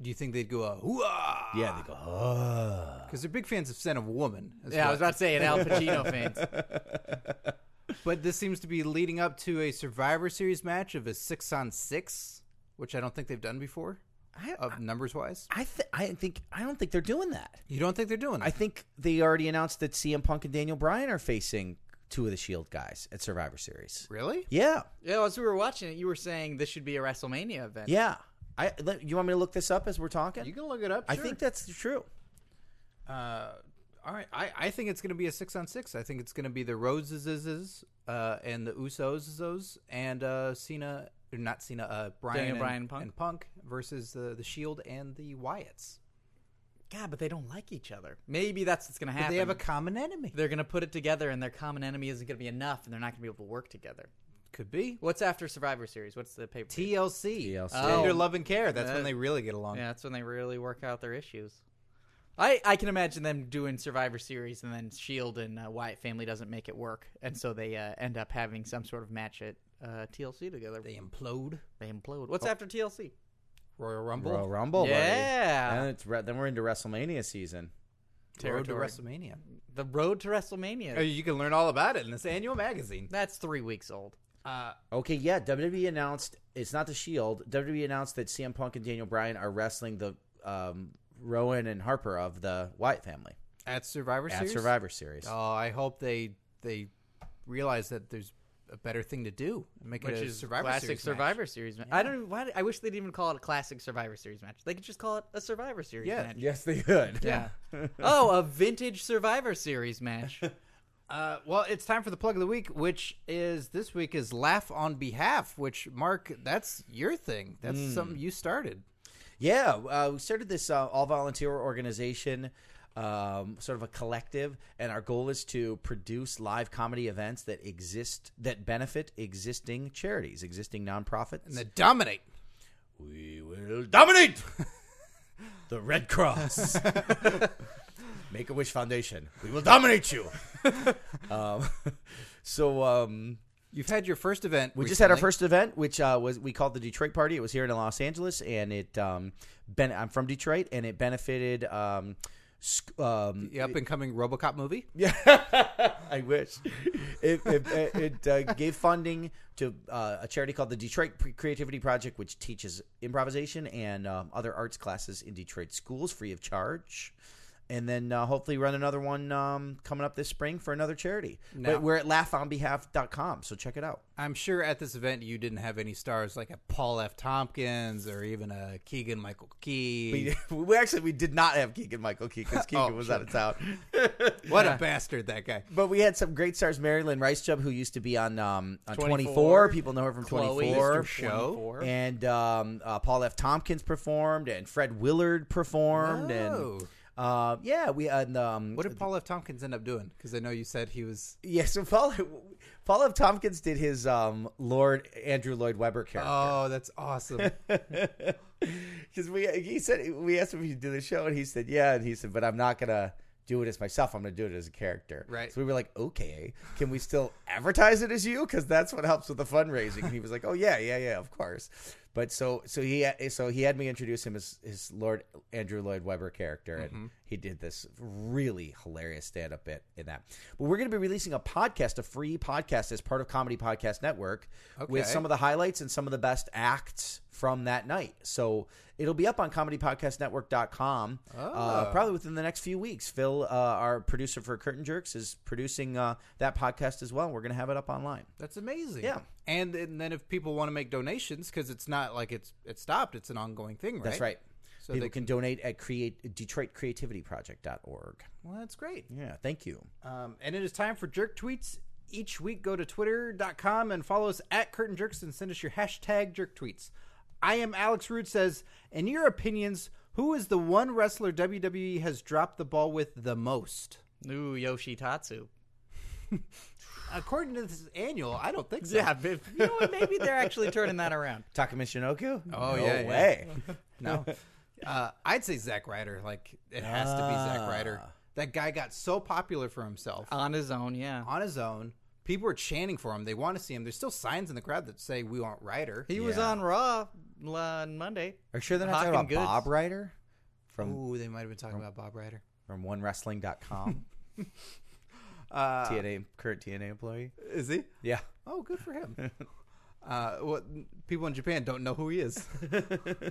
Speaker 3: Do you think they'd go a hooah?
Speaker 4: Mm-hmm.
Speaker 6: Yeah, they go. "Huh."
Speaker 3: Because they're big fans of Son of Woman. as
Speaker 1: Yeah, I
Speaker 3: well.
Speaker 1: was about to say an Al Pacino fans.
Speaker 3: But this seems to be leading up to a Survivor Series match of a six on six, which I don't think they've done before, of numbers wise.
Speaker 4: I th- I think I don't think they're doing that.
Speaker 3: You don't think they're doing?
Speaker 4: I think they already announced that CM Punk and Daniel Bryan are facing two of the Shield E guys at Survivor Series.
Speaker 3: really?
Speaker 4: Yeah,
Speaker 1: Yeah, as we were watching it, you were saying this should be a WrestleMania event.
Speaker 4: yeah. I let- you want me to look this up as we're talking?
Speaker 3: You can look it up.
Speaker 4: I
Speaker 3: sure.
Speaker 4: think that's true.
Speaker 3: Uh, all right, I, I think it's going to be a six on six. I think it's going to be the Roseses uh, and the Usos and uh, Cena, or not Cena, uh, Brian,
Speaker 1: Daniel
Speaker 3: and,
Speaker 1: Bryan and Punk?
Speaker 3: and Punk versus the the Shield and the Wyatts.
Speaker 1: God, but they don't like each other. Maybe that's what's going to happen.
Speaker 3: They have a common enemy.
Speaker 1: They're going to put it together, and their common enemy isn't going to be enough, and they're not going to be able to work together.
Speaker 3: Could be
Speaker 1: What's after Survivor Series? What's the paper?
Speaker 3: TLC,
Speaker 4: TLC.
Speaker 3: Tender
Speaker 1: Oh.
Speaker 3: Love and Care. That's
Speaker 1: Uh,
Speaker 3: when they really get along.
Speaker 1: yeah, that's when they really work out their issues. I, I can imagine them doing Survivor Series and then Shield and uh, Wyatt family doesn't make it work, and so they uh, end up having some sort of match at uh, TLC together.
Speaker 3: They implode.
Speaker 1: They implode. What's after TLC?
Speaker 3: Royal Rumble.
Speaker 4: Royal Rumble, buddy.
Speaker 1: Yeah.
Speaker 4: And it's re- then we're into WrestleMania season.
Speaker 3: Road to
Speaker 1: Territory.
Speaker 3: WrestleMania.
Speaker 1: The road to WrestleMania.
Speaker 3: Oh, you can learn all about it in this annual magazine.
Speaker 1: That's three weeks old.
Speaker 3: Uh,
Speaker 4: Okay, yeah. WWE announced it's not the Shield. WWE announced that CM Punk and Daniel Bryan are wrestling the um, Rowan and Harper of the Wyatt family
Speaker 3: at Survivor
Speaker 4: at
Speaker 3: Series.
Speaker 4: Survivor Series.
Speaker 3: Oh, I hope they they realize that there's a better thing to do. and Make
Speaker 1: Which
Speaker 3: it a
Speaker 1: is
Speaker 3: Survivor
Speaker 1: classic
Speaker 3: Series match.
Speaker 1: Survivor Series match. I don't. even- Why? I wish they'd even call it a classic Survivor Series match. They could just call it a Survivor Series
Speaker 3: Yeah.
Speaker 1: match.
Speaker 4: Yes, they could.
Speaker 1: Yeah. oh, a vintage Survivor Series match.
Speaker 3: Uh, well, it's time for the plug of the week, which is this week is laugh on behalf. Which Mark, that's your thing. That's something you started.
Speaker 4: Yeah, uh, we started this uh, all volunteer organization, um, sort of a collective, and our goal is to produce live comedy events that exist that benefit existing charities, existing nonprofits.
Speaker 3: The dominate.
Speaker 4: we will dominate the Red Cross, Make a Wish Foundation. We will dominate you. um, so. Um,
Speaker 3: You've had your first event.
Speaker 4: we just had our first event, which uh, was we called the Detroit Party. It was here in Los Angeles, and it um, ben- I'm from Detroit, and it benefited. Um, sc- um,
Speaker 3: up and coming RoboCop movie.
Speaker 4: I wish it, it, it, uh, gave funding to uh, a charity called the Detroit Pre- Creativity Project, which teaches improvisation and um, other arts classes in Detroit schools free of charge. And then uh, hopefully run another one um, coming up this spring for another charity. But we're at laughonbehalf.com, so check it out.
Speaker 3: I'm sure at this event you didn't have any stars like a Paul F. Tompkins or even a Keegan Michael Key.
Speaker 4: we actually we did not have Keegan Michael Key because Keegan was out of town.
Speaker 3: what a bastard that guy.
Speaker 4: But we had some great stars, Marilyn Reischub, who used to be on um on 24.
Speaker 1: 24.
Speaker 4: People know her from
Speaker 1: Chloe,
Speaker 4: 24.
Speaker 1: Mr.
Speaker 3: show.
Speaker 1: 24.
Speaker 4: And um, uh, Paul F. Tompkins performed, and Fred Willard performed,
Speaker 3: Oh.
Speaker 4: and uh, yeah, we and um,
Speaker 3: What did Paul F. Tompkins end up doing? Because I know you said he was.
Speaker 4: yeah, so Paul Paul F. Tompkins did his um Lord Andrew Lloyd Webber character.
Speaker 3: Oh, that's awesome.
Speaker 4: because we he said we asked him if he would do the show and he said yeah and he said but I'm not gonna do it as myself I'm gonna do it as a character
Speaker 3: Right.
Speaker 4: so we were like okay can we still advertise it as you because that's what helps with the fundraising and he was like oh yeah yeah yeah of course but so so he so he had me introduce him as his Lord Andrew Lloyd Webber character and he did this really hilarious stand up bit in that but we're gonna be releasing a podcast a free podcast as part of Comedy Podcast Network with
Speaker 3: Okay.
Speaker 4: some of the highlights and some of the best acts from that night. So it'll be up on comedypodcastnetwork.com
Speaker 3: Oh.
Speaker 4: uh, probably within the next few weeks. Phil, uh, our producer for Curtain Jerks, is producing uh, that podcast as well. We're going to have it up online.
Speaker 3: That's amazing.
Speaker 4: Yeah.
Speaker 3: And, and then if people want to make donations, because it's not like it's it stopped, it's an ongoing thing, right?
Speaker 4: That's right.
Speaker 3: So
Speaker 4: People
Speaker 3: they
Speaker 4: can donate at create DetroitCreativityProject.org.
Speaker 3: Well, that's great.
Speaker 4: Yeah, thank you.
Speaker 3: Um, and it is time for jerk tweets. Each week, go to twitter.com and follow us at Curtain Jerks and send us your hashtag jerk tweets. I am Alex Rood says, in your opinions, who is the one wrestler E WWE has dropped the ball with the most?
Speaker 1: Ooh, Yoshitatsu.
Speaker 3: according to this annual, I don't think so.
Speaker 7: babe.
Speaker 1: You know what? Maybe they're actually turning that around.
Speaker 4: Takamishinoko? no
Speaker 3: Oh, yeah, yeah.
Speaker 4: way.
Speaker 3: No. Uh, I'd say Zack Ryder. Like it has to be Zack Ryder. That guy got so popular for himself
Speaker 1: On his own, yeah.
Speaker 3: on his own. People are chanting for him. They want to see him. There's still signs in the crowd that say we want Ryder.
Speaker 1: He was on Raw on Monday.
Speaker 4: Are you sure they're not
Speaker 1: Hawking
Speaker 4: talking about
Speaker 1: goods.
Speaker 4: Bob Ryder from
Speaker 3: Ooh, they might have been talking about Bob Ryder.
Speaker 4: from onewrestling.com?
Speaker 3: Uh,
Speaker 4: TNA current TNA employee.
Speaker 3: is he?
Speaker 4: Yeah.
Speaker 3: Oh, good for him. uh, what people in Japan don't know who he is.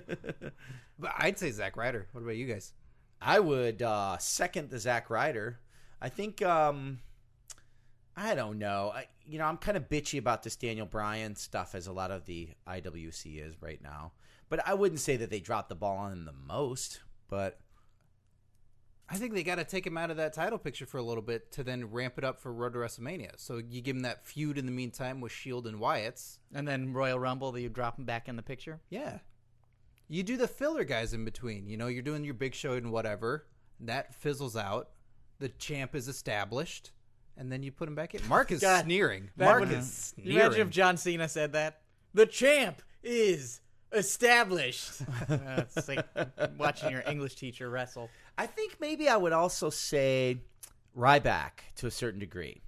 Speaker 3: but I'd say Zack Ryder. What about you guys?
Speaker 4: I would uh, second the Zack Ryder. I think um, I don't know. I, you know, I'm kind of bitchy about this Daniel Bryan stuff, as a lot of the IWC is right now. But I wouldn't say that they dropped the ball on him the most. But
Speaker 3: I think they got to take him out of that title picture for a little bit to then ramp it up for Road to WrestleMania. So you give him that feud in the meantime with Shield and Wyatt's.
Speaker 1: And then Royal Rumble, you drop him back in the picture.
Speaker 3: Yeah. You do the filler guys in between. You know, you're doing your big show and whatever. That fizzles out. The champ is established. And then you put him back in. Mark is
Speaker 1: God,
Speaker 3: sneering.
Speaker 1: that
Speaker 3: Mark
Speaker 1: would-
Speaker 3: is
Speaker 1: You
Speaker 3: sneering.
Speaker 1: imagine if John Cena said that? The champ is established. Uh, it's like watching your English teacher wrestle.
Speaker 4: I think maybe I would also say Ryback to a certain degree.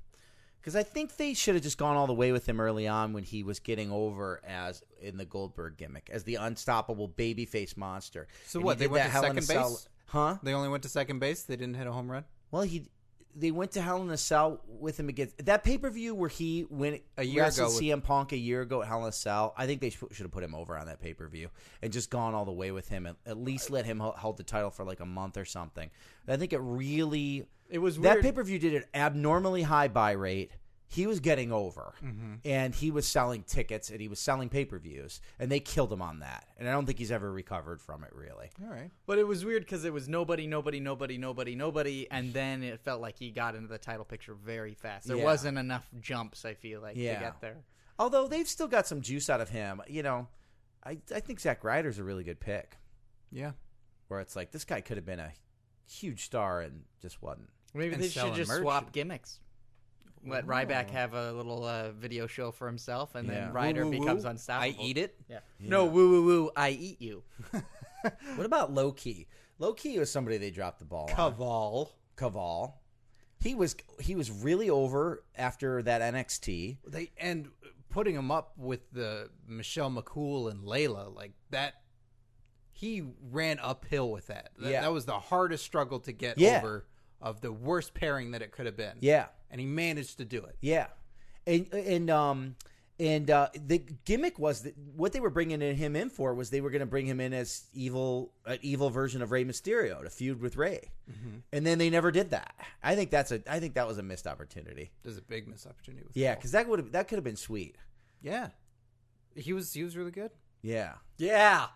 Speaker 4: Because I think they should have just gone all the way with him early on when he was getting over as in the Goldberg gimmick as the unstoppable babyface monster.
Speaker 3: So
Speaker 4: And he
Speaker 3: what, they
Speaker 4: did
Speaker 3: went
Speaker 4: that
Speaker 3: to
Speaker 4: Hell in a
Speaker 3: second
Speaker 4: Cell-
Speaker 3: base?
Speaker 4: huh?
Speaker 3: They only went to second base. They didn't hit a home run.
Speaker 4: Well, he they went to Hell in a Cell with him against that pay per view where he went
Speaker 3: A year
Speaker 4: wrestled
Speaker 3: ago with-
Speaker 4: CM Punk a year ago at Hell in a Cell. I think they sh- should have put him over on that pay per view and just gone all the way with him and at least let him hel- hold the title for like a month or something. I think it really
Speaker 1: It was
Speaker 4: that
Speaker 1: weird.
Speaker 4: pay per view did an abnormally high buy rate. He was getting over,
Speaker 3: Mm-hmm.
Speaker 4: and he was selling tickets, and he was selling pay per views, and they killed him on that. And I don't think he's ever recovered from it, really.
Speaker 3: All right.
Speaker 1: But it was weird because it was nobody, nobody, nobody, nobody, nobody, and then it felt like he got into the title picture very fast. There
Speaker 4: Yeah.
Speaker 1: wasn't enough jumps, I feel like, to
Speaker 4: Yeah.
Speaker 1: get there.
Speaker 4: Although they've still got some juice out of him, you know, I I think Zack Ryder's a really good pick.
Speaker 3: Yeah.
Speaker 4: Where it's like this guy could have been a huge star and just wasn't.
Speaker 1: Maybe
Speaker 3: And
Speaker 1: they should
Speaker 3: selling
Speaker 1: just
Speaker 3: merch.
Speaker 1: swap gimmicks. Let Ryback have a little uh, video show for himself, and
Speaker 4: Yeah.
Speaker 1: then Ryder
Speaker 3: Woo, woo, woo.
Speaker 1: becomes unstoppable.
Speaker 3: I eat it.
Speaker 1: Yeah. No, woo, woo, woo. I eat you.
Speaker 4: What about Low Key? Low Key was somebody they dropped the ball on.
Speaker 3: Caval.
Speaker 4: Caval. He was he was really over after that NXT.
Speaker 3: They and putting him up with the Michelle McCool and Layla like that. He ran uphill with that. That,
Speaker 4: Yeah.
Speaker 3: that was the hardest struggle to get
Speaker 4: Yeah.
Speaker 3: over of the worst pairing that it could have been.
Speaker 4: Yeah.
Speaker 3: And he managed to do it.
Speaker 4: Yeah, and and um and uh, the gimmick was that what they were bringing in him in for was they were going to bring him in as evil, an evil version of Rey Mysterio to feud with Rey, and then they never did that. I think that's a I think that was a missed opportunity.
Speaker 3: There's a big missed opportunity with
Speaker 4: Yeah,
Speaker 3: Caval.
Speaker 4: because that would have that could have been sweet.
Speaker 3: Yeah. He was he was really good.
Speaker 4: Yeah,
Speaker 1: Yeah.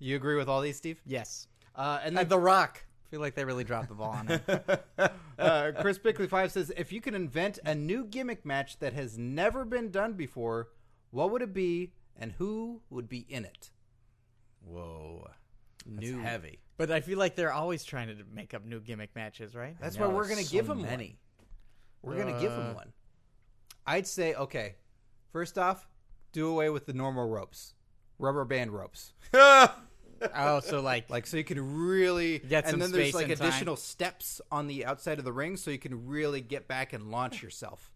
Speaker 3: You agree with all these, Steve?
Speaker 1: Yes.
Speaker 3: Uh, and
Speaker 1: And
Speaker 3: then
Speaker 1: The Rock. I feel like they really dropped the ball on him.
Speaker 3: uh, Chris Bickley Five says, if you could invent a new gimmick match that has never been done before, what would it be, and who would be in it?
Speaker 4: whoa, that's heavy.
Speaker 1: but I feel like they're always trying to make up new gimmick matches, right?
Speaker 3: That's
Speaker 4: I
Speaker 3: why
Speaker 4: know,
Speaker 3: we're
Speaker 4: there's
Speaker 3: gonna
Speaker 4: so
Speaker 3: give him
Speaker 4: many.
Speaker 3: one. We're gonna give him one. I'd say, okay, first off, do away with the normal ropes, rubber band ropes,
Speaker 1: oh, so like,
Speaker 3: like so you can really
Speaker 1: Get
Speaker 3: and
Speaker 1: some
Speaker 3: then there's
Speaker 1: space
Speaker 3: like
Speaker 1: and time.
Speaker 3: additional steps on the outside of the ring so you can really get back and launch yourself.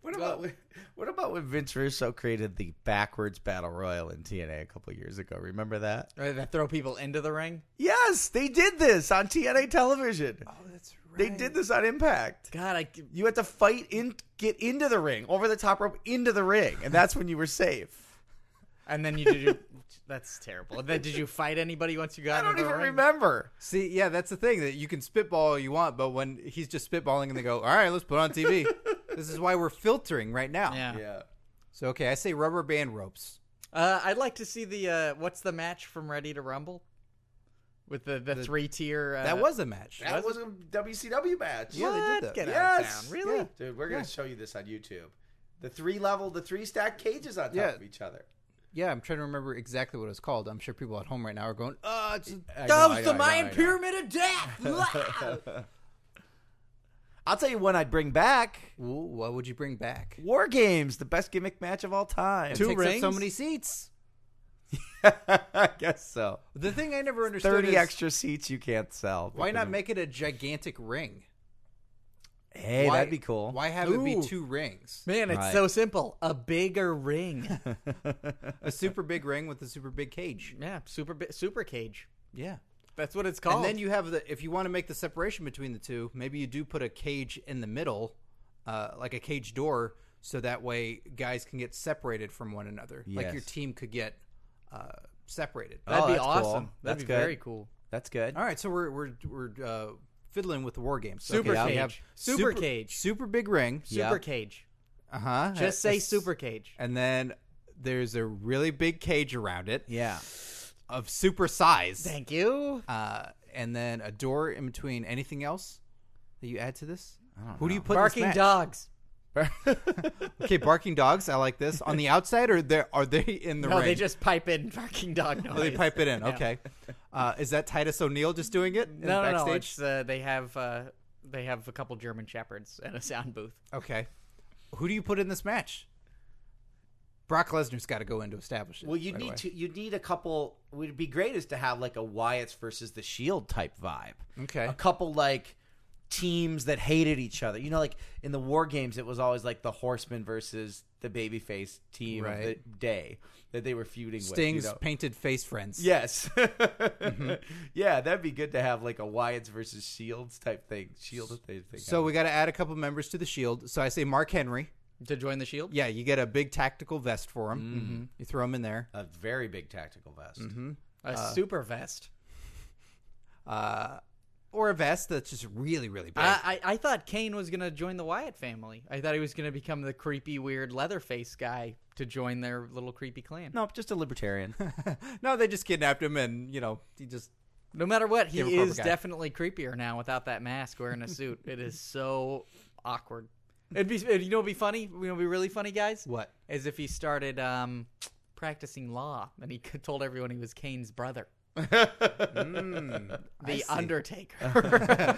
Speaker 4: What about when- what about when Vince Russo created the backwards battle royal in TNA a couple years ago? Remember that?
Speaker 1: uh, that throw people into the ring?
Speaker 4: Yes, they did this on TNA television.
Speaker 3: That's
Speaker 4: They did this on Impact.
Speaker 1: God, I,
Speaker 4: You had to fight in, get into the ring, over the top rope, into the ring, and that's when you were safe.
Speaker 1: and then you did your, that's terrible. And then did you fight anybody once you got
Speaker 4: I don't
Speaker 1: into the
Speaker 4: even
Speaker 1: ring?
Speaker 4: remember.
Speaker 3: See, yeah, that's the thing that you can spitball all you want, but when he's just spitballing and they go, "All right, let's put it on TV," this is why we're filtering right now.
Speaker 1: Yeah.
Speaker 3: So okay, I say rubber band ropes.
Speaker 1: Uh, I'd like to see the, uh, what's the match from Ready to Rumble? With the, the, three tier. Uh,
Speaker 3: That was a match.
Speaker 4: That was a WCW match.
Speaker 3: Yeah, they did
Speaker 1: What?
Speaker 3: that.
Speaker 1: Get out of
Speaker 4: Yes.
Speaker 1: town. Really?
Speaker 3: Yeah.
Speaker 4: Dude, we're going to show you this on YouTube. The three level, the three stack cages on top
Speaker 3: Yeah.
Speaker 4: of each other.
Speaker 3: yeah, I'm trying to remember exactly what it was called. I'm sure people at home right now are going, "Uh, it's
Speaker 4: I
Speaker 3: that
Speaker 4: know,
Speaker 3: was
Speaker 4: I know,
Speaker 3: the
Speaker 4: I know,
Speaker 3: Mayan
Speaker 4: I know.
Speaker 3: Pyramid of Death."
Speaker 4: I'll tell you one I'd bring back.
Speaker 3: Ooh, what would you bring back?
Speaker 4: War Games, the best gimmick match of all time.
Speaker 1: Two
Speaker 3: Takes up so
Speaker 1: rings?
Speaker 3: many seats.
Speaker 4: I guess so.
Speaker 3: The thing I never understood is
Speaker 4: Thirty extra seats you can't sell.
Speaker 3: why not make it a gigantic ring?
Speaker 4: Hey,
Speaker 3: Why-
Speaker 4: that'd be cool.
Speaker 3: Why have it
Speaker 1: Ooh.
Speaker 3: be two rings?
Speaker 1: Man, it's
Speaker 4: Right.
Speaker 1: so simple. A bigger ring.
Speaker 3: A super big ring with a super big cage.
Speaker 1: yeah, super bi- super cage.
Speaker 3: Yeah.
Speaker 1: That's what it's called.
Speaker 3: And then you have the if you want to make the separation between the two, maybe you do put a cage in the middle, uh, like a cage door, so that way guys can get separated from one another. Like your
Speaker 4: Yes.
Speaker 3: team could get uh, separated.
Speaker 1: That'd
Speaker 4: Oh,
Speaker 1: be
Speaker 4: that's cool.
Speaker 1: awesome. That'd
Speaker 4: That's
Speaker 1: be
Speaker 4: good.
Speaker 1: very cool.
Speaker 4: That's good.
Speaker 3: All right, so we're we're we're uh, fiddling with the war games. So,
Speaker 1: Super
Speaker 3: okay, we
Speaker 1: cage.
Speaker 3: have
Speaker 1: Super cage.
Speaker 3: super big ring.
Speaker 1: Super cage.
Speaker 3: Uh huh.
Speaker 1: Just say super cage.
Speaker 3: And then there's a really big cage around it
Speaker 4: Yeah.
Speaker 3: of super size.
Speaker 1: Thank you.
Speaker 3: Uh, and then a door in between. Anything else that you add to this? I don't Who do you put in
Speaker 1: Barking
Speaker 3: this match?
Speaker 1: dogs.
Speaker 3: Okay, barking dogs. I like this. On the outside, or they are they in the
Speaker 1: No,
Speaker 3: ring?
Speaker 1: they just pipe in barking dog noise.
Speaker 3: Oh, they pipe it in.
Speaker 1: Yeah.
Speaker 3: Okay, uh, is that Titus O'Neil just doing it in
Speaker 1: No,
Speaker 3: the
Speaker 1: no, no.
Speaker 3: backstage?
Speaker 1: It's, uh, they have uh, they have a couple German shepherds and a sound booth.
Speaker 3: Okay, who do you put in this match? Brock Lesnar's got to go in to establish it.
Speaker 4: Well, you
Speaker 3: right
Speaker 4: need
Speaker 3: away.
Speaker 4: to. You need a couple. Would be great is to have like a Wyatt's versus the Shield type vibe.
Speaker 3: Okay.
Speaker 4: A couple like teams that hated each other. You know, like in the War Games, it was always like the Horsemen versus the Babyface team of the
Speaker 3: Right.
Speaker 4: day that they were feuding
Speaker 3: Sting's
Speaker 4: with. you know?
Speaker 3: painted face friends.
Speaker 4: Yes. Yeah, that'd be good to have like a Wyatt's versus Shields type thing. Shield type thing.
Speaker 3: So we got to add a couple members to the Shield. So I say Mark Henry.
Speaker 1: To join the shield?
Speaker 3: Yeah, you get a big tactical vest for him. Mm-hmm. You throw him in there.
Speaker 4: a very big tactical vest.
Speaker 1: A super vest.
Speaker 3: Uh, or a vest that's just really, really big.
Speaker 1: I, I I thought Kane was gonna join the Wyatt family. I thought he was gonna become the creepy, weird Leatherface guy to join their little creepy clan.
Speaker 4: No, just a libertarian.
Speaker 3: no, they just kidnapped him and, you know, he just.
Speaker 1: No matter what, he
Speaker 3: Give a corporate
Speaker 1: is
Speaker 3: guy.
Speaker 1: definitely creepier now without that mask wearing a suit. it is so awkward. It'd be you know it'd be funny, you know it'd be really funny guys?
Speaker 3: What?
Speaker 1: As if he started um practicing law and he could- told everyone he was Kane's brother.
Speaker 4: Hmm,
Speaker 1: the Undertaker.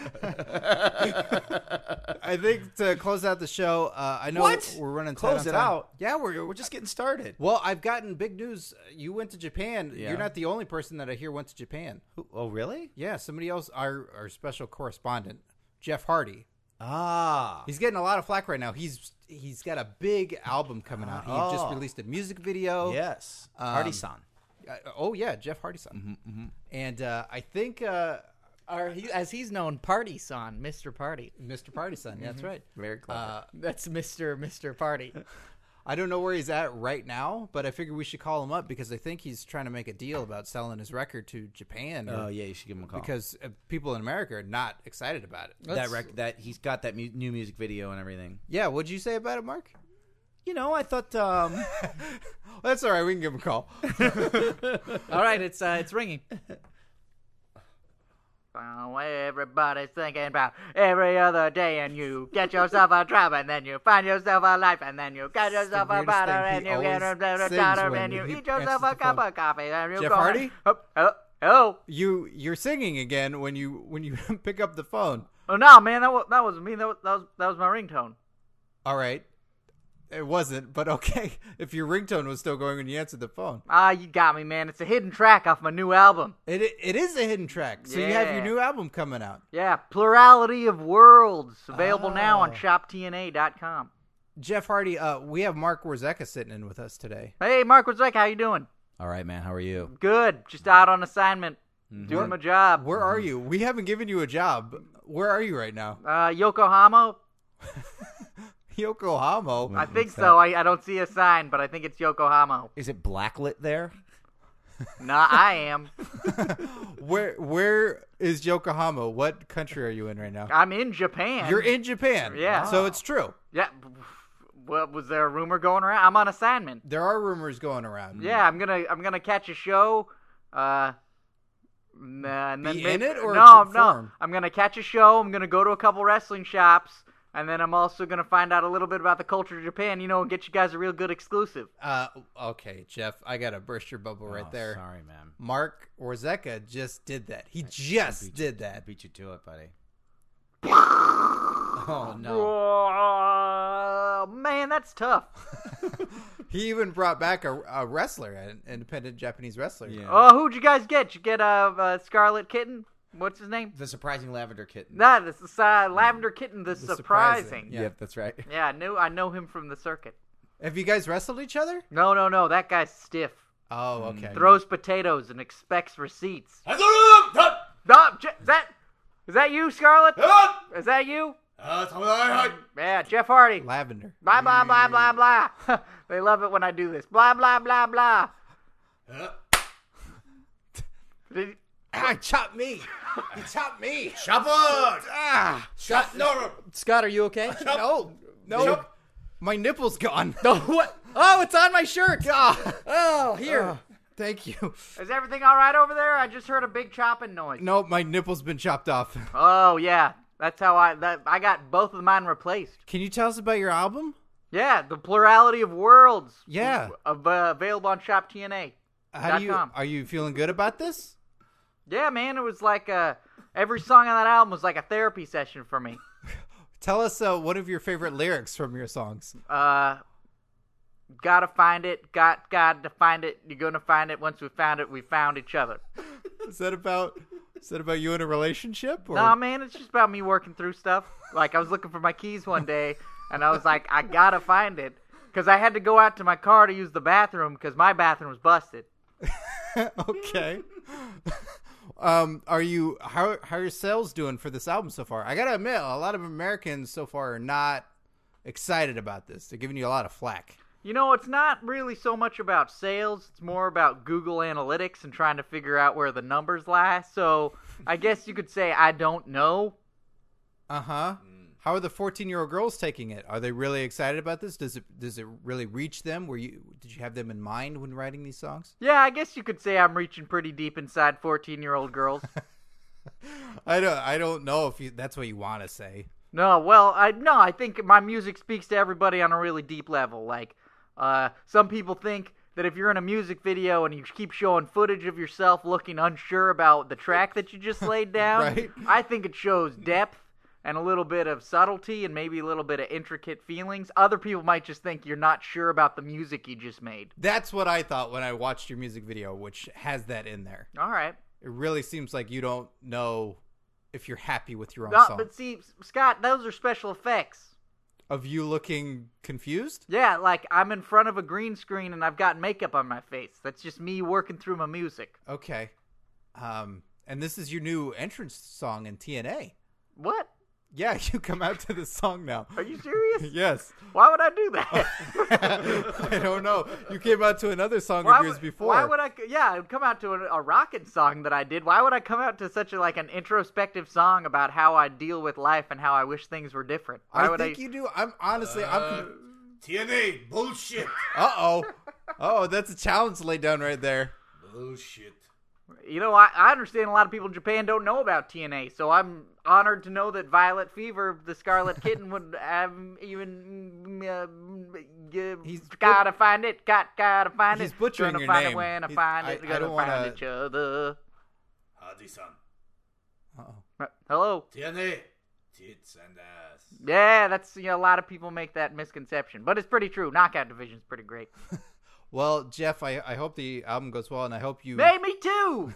Speaker 3: I think to close out the show, uh, I know
Speaker 4: What?
Speaker 3: we're running tight
Speaker 4: Close
Speaker 3: on
Speaker 4: it
Speaker 3: time.
Speaker 4: out.
Speaker 3: Yeah, we're,
Speaker 4: We're just getting started.
Speaker 3: Well, I've gotten big news. You went to Japan.
Speaker 4: Yeah.
Speaker 3: You're not the only person that I hear went to Japan.
Speaker 4: Oh, really?
Speaker 3: Yeah, somebody else, our, our special correspondent, Jeff Hardy.
Speaker 4: Ah.
Speaker 3: He's getting a lot of flack right now. He's he's got a big album coming out. He just
Speaker 4: Oh.
Speaker 3: released a music video.
Speaker 4: Yes. Hardy san.
Speaker 3: Uh, oh yeah, Jeff Hardy son. And uh, I think uh,
Speaker 1: or he, as he's known, Party Son, Mr. Party.
Speaker 3: Mr. Party son. That's right.
Speaker 4: Mm-hmm.
Speaker 3: Uh,
Speaker 4: Very clever.
Speaker 1: That's Mr. Mr. Party.
Speaker 3: I don't know where he's at right now, but I figure we should call him up because I think he's trying to make a deal about selling his record to Japan. or-
Speaker 4: oh, yeah, you should give him a call.
Speaker 3: Because uh, people in America are not excited about it.
Speaker 4: that rec- that he's got that mu- new music video and everything.
Speaker 3: Yeah, what'd you say about it, Mark?
Speaker 4: You know, I thought um
Speaker 3: That's all right. We can give him a call.
Speaker 1: All right, it's uh, it's ringing. Well, everybody's thinking about every other day, and you get yourself a job, and then you find yourself a life, and then you get yourself a
Speaker 3: weirdest
Speaker 1: butter,
Speaker 3: thing. He
Speaker 1: and you get a
Speaker 3: always
Speaker 1: bit of
Speaker 3: sings
Speaker 1: daughter,
Speaker 3: when
Speaker 1: and you
Speaker 3: he
Speaker 1: eat yourself
Speaker 3: answers
Speaker 1: a
Speaker 3: the
Speaker 1: cup
Speaker 3: phone.
Speaker 1: of coffee, and you
Speaker 3: Jeff
Speaker 1: go on.
Speaker 3: Hardy?
Speaker 1: Oh, oh, oh.
Speaker 3: you you're singing again when you when you pick up the phone.
Speaker 1: Oh, no, man, that was, that was me. That was, that was that was my ringtone.
Speaker 3: All right. It wasn't, but okay. If your ringtone was still going when you answered the phone,
Speaker 1: Ah, you got me, man. It's a hidden track off my new album.
Speaker 3: it it is a hidden track. So you have your
Speaker 1: Yeah.
Speaker 3: new album coming out.
Speaker 1: Yeah, Plurality of Worlds available now
Speaker 3: Oh.
Speaker 1: on shoptna.com.
Speaker 3: Jeff Hardy, uh, we have Mark Warzeka sitting in with us today.
Speaker 1: Hey, Mark Wozek, how you doing?
Speaker 4: All right, man, how are you?
Speaker 1: Good. Just out on assignment, doing my job.
Speaker 3: Where are you? We haven't given you a job. Where are you right now?
Speaker 1: Uh, Yokohama?
Speaker 3: Yokohama.
Speaker 1: I think so. I, I don't see a sign, but I think it's Yokohama.
Speaker 4: Is it blacklit there?
Speaker 1: nah, I am.
Speaker 3: Where where is Yokohama? What country are you in right now?
Speaker 1: I'm in Japan.
Speaker 3: You're in Japan.
Speaker 1: Yeah.
Speaker 3: So it's true.
Speaker 1: Yeah. What was there a rumor going around? I'm on assignment.
Speaker 3: There are rumors going around.
Speaker 1: Yeah, I'm gonna I'm gonna catch a show. Uh, and then
Speaker 3: Be
Speaker 1: may-
Speaker 3: in it or to
Speaker 1: no, no.
Speaker 3: perform?
Speaker 1: I'm gonna catch a show. I'm gonna go to a couple wrestling shops, and then I'm also gonna find out a little bit about the culture of Japan. You know, and get you guys a real good exclusive.
Speaker 3: Uh, okay, Jeff, I gotta burst your bubble right there.
Speaker 4: Oh, Sorry, man.
Speaker 3: Mark Warzeka just did that. He just did that.
Speaker 4: beat you to it, buddy.
Speaker 3: Oh no!
Speaker 1: Oh, man, that's tough.
Speaker 3: He even brought back a, a wrestler, an independent Japanese wrestler.
Speaker 8: Yeah.
Speaker 1: Oh, who'd you guys get? You get a uh, uh, Scarlet Kitten? What's his name?
Speaker 8: The surprising lavender kitten.
Speaker 1: Nah, this is uh, Lavender Kitten. The,
Speaker 3: The
Speaker 1: surprising.
Speaker 8: Yep, that's right.
Speaker 1: Yeah, I knew I know him from the circuit.
Speaker 3: Have you guys wrestled each other?
Speaker 1: No, no, no. That guy's stiff.
Speaker 3: Oh, okay.
Speaker 1: Throws potatoes and expects receipts. No, Je- is that is that you, Scarlet? Is that you? Uh, Yeah, Jeff Hardy.
Speaker 3: Lavender.
Speaker 1: Blah blah blah blah blah. they love it when I do this. Blah blah blah blah. Did-
Speaker 2: Ah, chop me. You chop me. Chop Ah, chop. No, no.
Speaker 1: Scott, are you okay?
Speaker 2: No.
Speaker 3: No, my nipple's gone. Ah.
Speaker 1: No, what? Oh, it's on my shirt. Oh, here.
Speaker 3: Thank you.
Speaker 1: Is everything all right over there? I just heard a big chopping noise.
Speaker 3: No, my nipple's been chopped off.
Speaker 1: Oh yeah, that's how I that I got both of mine replaced.
Speaker 3: Can you tell us about your album?
Speaker 1: Yeah, the plurality of worlds.
Speaker 3: Yeah.
Speaker 1: Av- uh, available on Shop TNA.
Speaker 3: How
Speaker 1: Dot
Speaker 3: do you
Speaker 1: com.
Speaker 3: are you feeling good about this?
Speaker 1: Yeah, man, it was like uh, every song on that album was like a therapy session for me.
Speaker 3: Tell us uh, one of your favorite lyrics from your songs.
Speaker 1: Uh, gotta find it. Got got to find it. You're gonna find it. Once we found it, we found each other.
Speaker 3: Is that about is that about you in a relationship? Or?
Speaker 1: Nah, man, it's just about me working through stuff. Like I was looking for my keys one day, and I was like, I gotta find it, cause I had to go out to my car to use the bathroom, cause my bathroom was busted.
Speaker 3: okay. um, are you how how are your sales doing for this album so far? I gotta admit, a lot of Americans so far are not excited about this. They're giving you a lot of flack.
Speaker 1: You know, it's not really so much about sales. It's more about Google Analytics and trying to figure out where the numbers lie. So I guess you could say I don't know.
Speaker 3: Uh huh. How are the fourteen year old girls taking it? Are they really excited about this? Does it does it really reach them? Were you did you have them in mind when writing these songs?
Speaker 1: Yeah, I guess you could say I'm reaching pretty deep inside 14 year old girls.
Speaker 3: I don't I don't know if you that's what you want to say.
Speaker 1: No, well, I no, I think my music speaks to everybody on a really deep level. Like, uh, some people think that if you're in a music video and you keep showing footage of yourself looking unsure about the track that you just laid down,
Speaker 3: Right.
Speaker 1: I think it shows depth and a little bit of subtlety and maybe a little bit of intricate feelings. Other people might just think you're not sure about the music you just made.
Speaker 3: That's what I thought when I watched your music video, which has that in there.
Speaker 1: All right.
Speaker 3: It really seems like you don't know if you're happy with your own
Speaker 1: No,
Speaker 3: song.
Speaker 1: but see, Scott, those are special effects.
Speaker 3: Of you looking confused?
Speaker 1: Yeah, like I'm in front of a green screen and I've got makeup on my face. That's just me working through my music.
Speaker 3: Okay. Um, and this is your new entrance song in TNA.
Speaker 1: What?
Speaker 3: Yeah, you come out to this song now.
Speaker 1: Are you serious?
Speaker 3: yes.
Speaker 1: Why would I do that?
Speaker 3: I don't know. You came out to another song
Speaker 1: Why
Speaker 3: of yours
Speaker 1: would,
Speaker 3: before.
Speaker 1: why would I? Yeah, I'd come out to a, a rocket song that I did. Why would I come out to such a like an introspective song about how I deal with life and how I wish things were different? Why
Speaker 3: I
Speaker 1: would
Speaker 3: think
Speaker 1: I?
Speaker 3: you do. I'm honestly. I'm. Con-
Speaker 2: TNA. Bullshit.
Speaker 3: uh oh. Oh, that's a challenge laid down right there.
Speaker 2: Bullshit.
Speaker 1: You know, I, I understand a lot of people in Japan don't know about TNA, so I'm honored to know that Violet Fever, the Scarlet Kitten, would um, even uh, give.
Speaker 3: He's
Speaker 1: gotta find it. Got gotta find
Speaker 3: He's
Speaker 1: it.
Speaker 3: butchering
Speaker 1: gonna
Speaker 3: your
Speaker 1: find
Speaker 3: name.
Speaker 1: it when I
Speaker 3: He's-
Speaker 1: find
Speaker 3: I-
Speaker 1: it.
Speaker 3: I
Speaker 1: Gonna
Speaker 3: don't
Speaker 1: find
Speaker 3: wanna-
Speaker 1: each other.
Speaker 2: Hadi-san.
Speaker 1: Uh, Hello.
Speaker 2: TNA. Tits and ass.
Speaker 1: Yeah, that's you know, a lot of people make that misconception, but it's pretty true. Knockout division's pretty great.
Speaker 3: Well, Jeff, I, I hope the album goes well, and I hope you.
Speaker 1: Hey, me too.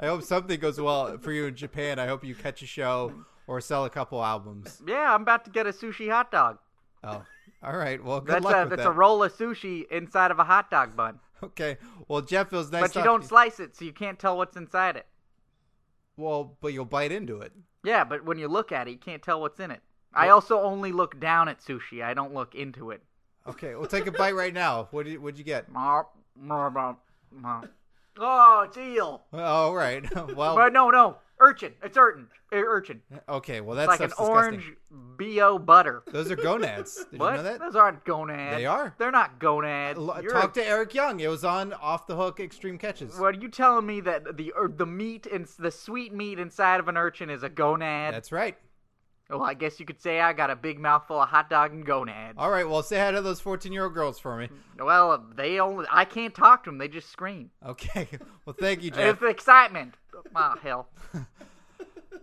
Speaker 3: I hope something goes well for you in Japan. I hope you catch a show or sell a couple albums.
Speaker 1: yeah, I'm about to get a sushi hot dog.
Speaker 3: Oh, all right. Well, good
Speaker 1: That's
Speaker 3: luck
Speaker 1: a
Speaker 3: with
Speaker 1: that's
Speaker 3: that.
Speaker 1: a roll of sushi inside of a hot dog bun,
Speaker 3: Okay. Well, Jeff, it was nice.
Speaker 1: but you
Speaker 3: talking
Speaker 1: don't
Speaker 3: to
Speaker 1: slice it, so you can't tell what's inside it.
Speaker 3: Well, but you'll bite into it.
Speaker 1: Yeah, but when you look at it, you can't tell what's in it. I also only look down at sushi. I don't look into it.
Speaker 3: Okay. Well, take a bite right now. What did what'd you get?
Speaker 1: Oh, it's eel.
Speaker 3: Well, All right. Well,
Speaker 1: But no, no, urchin. It's urchin. Ur- Urchin.
Speaker 3: okay. Well, that's
Speaker 1: Like an
Speaker 3: disgusting.
Speaker 1: orange bo butter.
Speaker 3: Those are gonads. Did
Speaker 1: What?
Speaker 3: you know that?
Speaker 1: Those aren't gonads.
Speaker 3: They are.
Speaker 1: They're not gonads.
Speaker 3: L- uh,
Speaker 1: You're
Speaker 3: Talk
Speaker 1: a-
Speaker 3: to Eric Young. It was on Off the Hook Extreme Catches.
Speaker 1: What are you telling me that the or the meat and the sweet meat inside of an urchin is a gonad?
Speaker 3: That's right.
Speaker 1: Well, I guess you could say I got a big mouthful of hot dog and gonads.
Speaker 3: All right. Well, say hi to those fourteen-year-old girls for me.
Speaker 1: Well, they only I can't talk to them. They just scream.
Speaker 3: Okay. Well, thank you, Jeff.
Speaker 1: It's excitement. Ah, hell.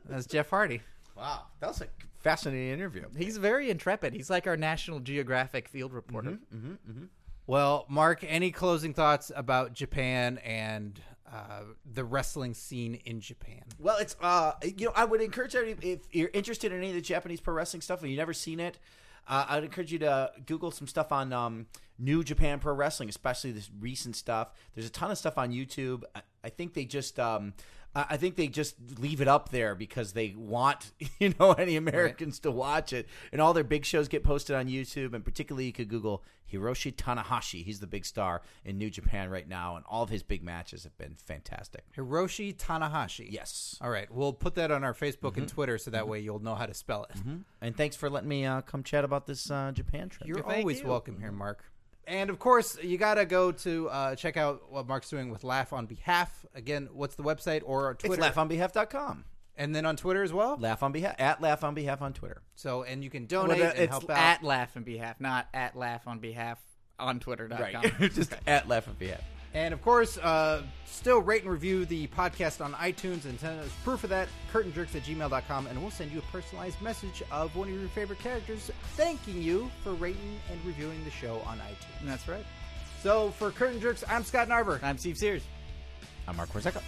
Speaker 3: That's Jeff Hardy.
Speaker 4: Wow, that was a fascinating interview.
Speaker 1: He's very intrepid. He's like our National Geographic field reporter.
Speaker 3: Well, Mark, any closing thoughts about Japan and uh, the wrestling scene in Japan?
Speaker 4: Well, it's uh, you know, I would encourage everybody if you're interested in any of the Japanese pro wrestling stuff and you've never seen it, uh, I'd encourage you to Google some stuff on um, New Japan Pro Wrestling, especially this recent stuff. There's a ton of stuff on YouTube. I, I think they just. Um, I I think they just leave it up there because they want you know any Americans to watch it, and all their big shows get posted on YouTube. And particularly, you could Google Hiroshi Tanahashi. He's the big star in New Japan right now, and all of his big matches have been fantastic.
Speaker 3: Hiroshi Tanahashi.
Speaker 4: Yes.
Speaker 3: All right. We'll put that on our Facebook
Speaker 1: Mm-hmm.
Speaker 3: and Twitter so that way you'll know how to spell it.
Speaker 4: And thanks for letting me uh, come chat about this uh, Japan trip.
Speaker 3: You're
Speaker 1: Thank
Speaker 3: always
Speaker 1: you.
Speaker 3: welcome here, Mark. And of course, you got to go to uh, check out what Mark's doing with Laugh on Behalf. Again, what's the website or our
Speaker 4: it's
Speaker 3: Twitter?
Speaker 4: laughonbehalf.com.
Speaker 3: And then on Twitter as well.
Speaker 4: Laugh on behalf at laugh on behalf on Twitter.
Speaker 3: So, and you can
Speaker 1: Well,
Speaker 3: donate
Speaker 1: the-
Speaker 3: and
Speaker 1: it's
Speaker 3: help out.
Speaker 1: at laugh on behalf, not at laugh on behalf on Twitter.com.
Speaker 4: just at laugh on behalf.
Speaker 3: And of course, uh, still rate and review the podcast on iTunes and send us proof of that, curtainjerks at gmail.com, and we'll send you a personalized message of one of your favorite characters thanking you for rating and reviewing the show on iTunes.
Speaker 1: That's right.
Speaker 3: So for Curtain Jerks, I'm Scott Narber.
Speaker 1: I'm Steve Sears.
Speaker 4: I'm Mark Korsaka.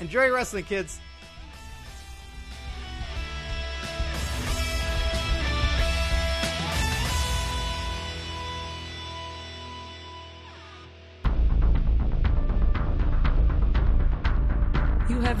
Speaker 3: Enjoy your wrestling, kids.
Speaker 9: You have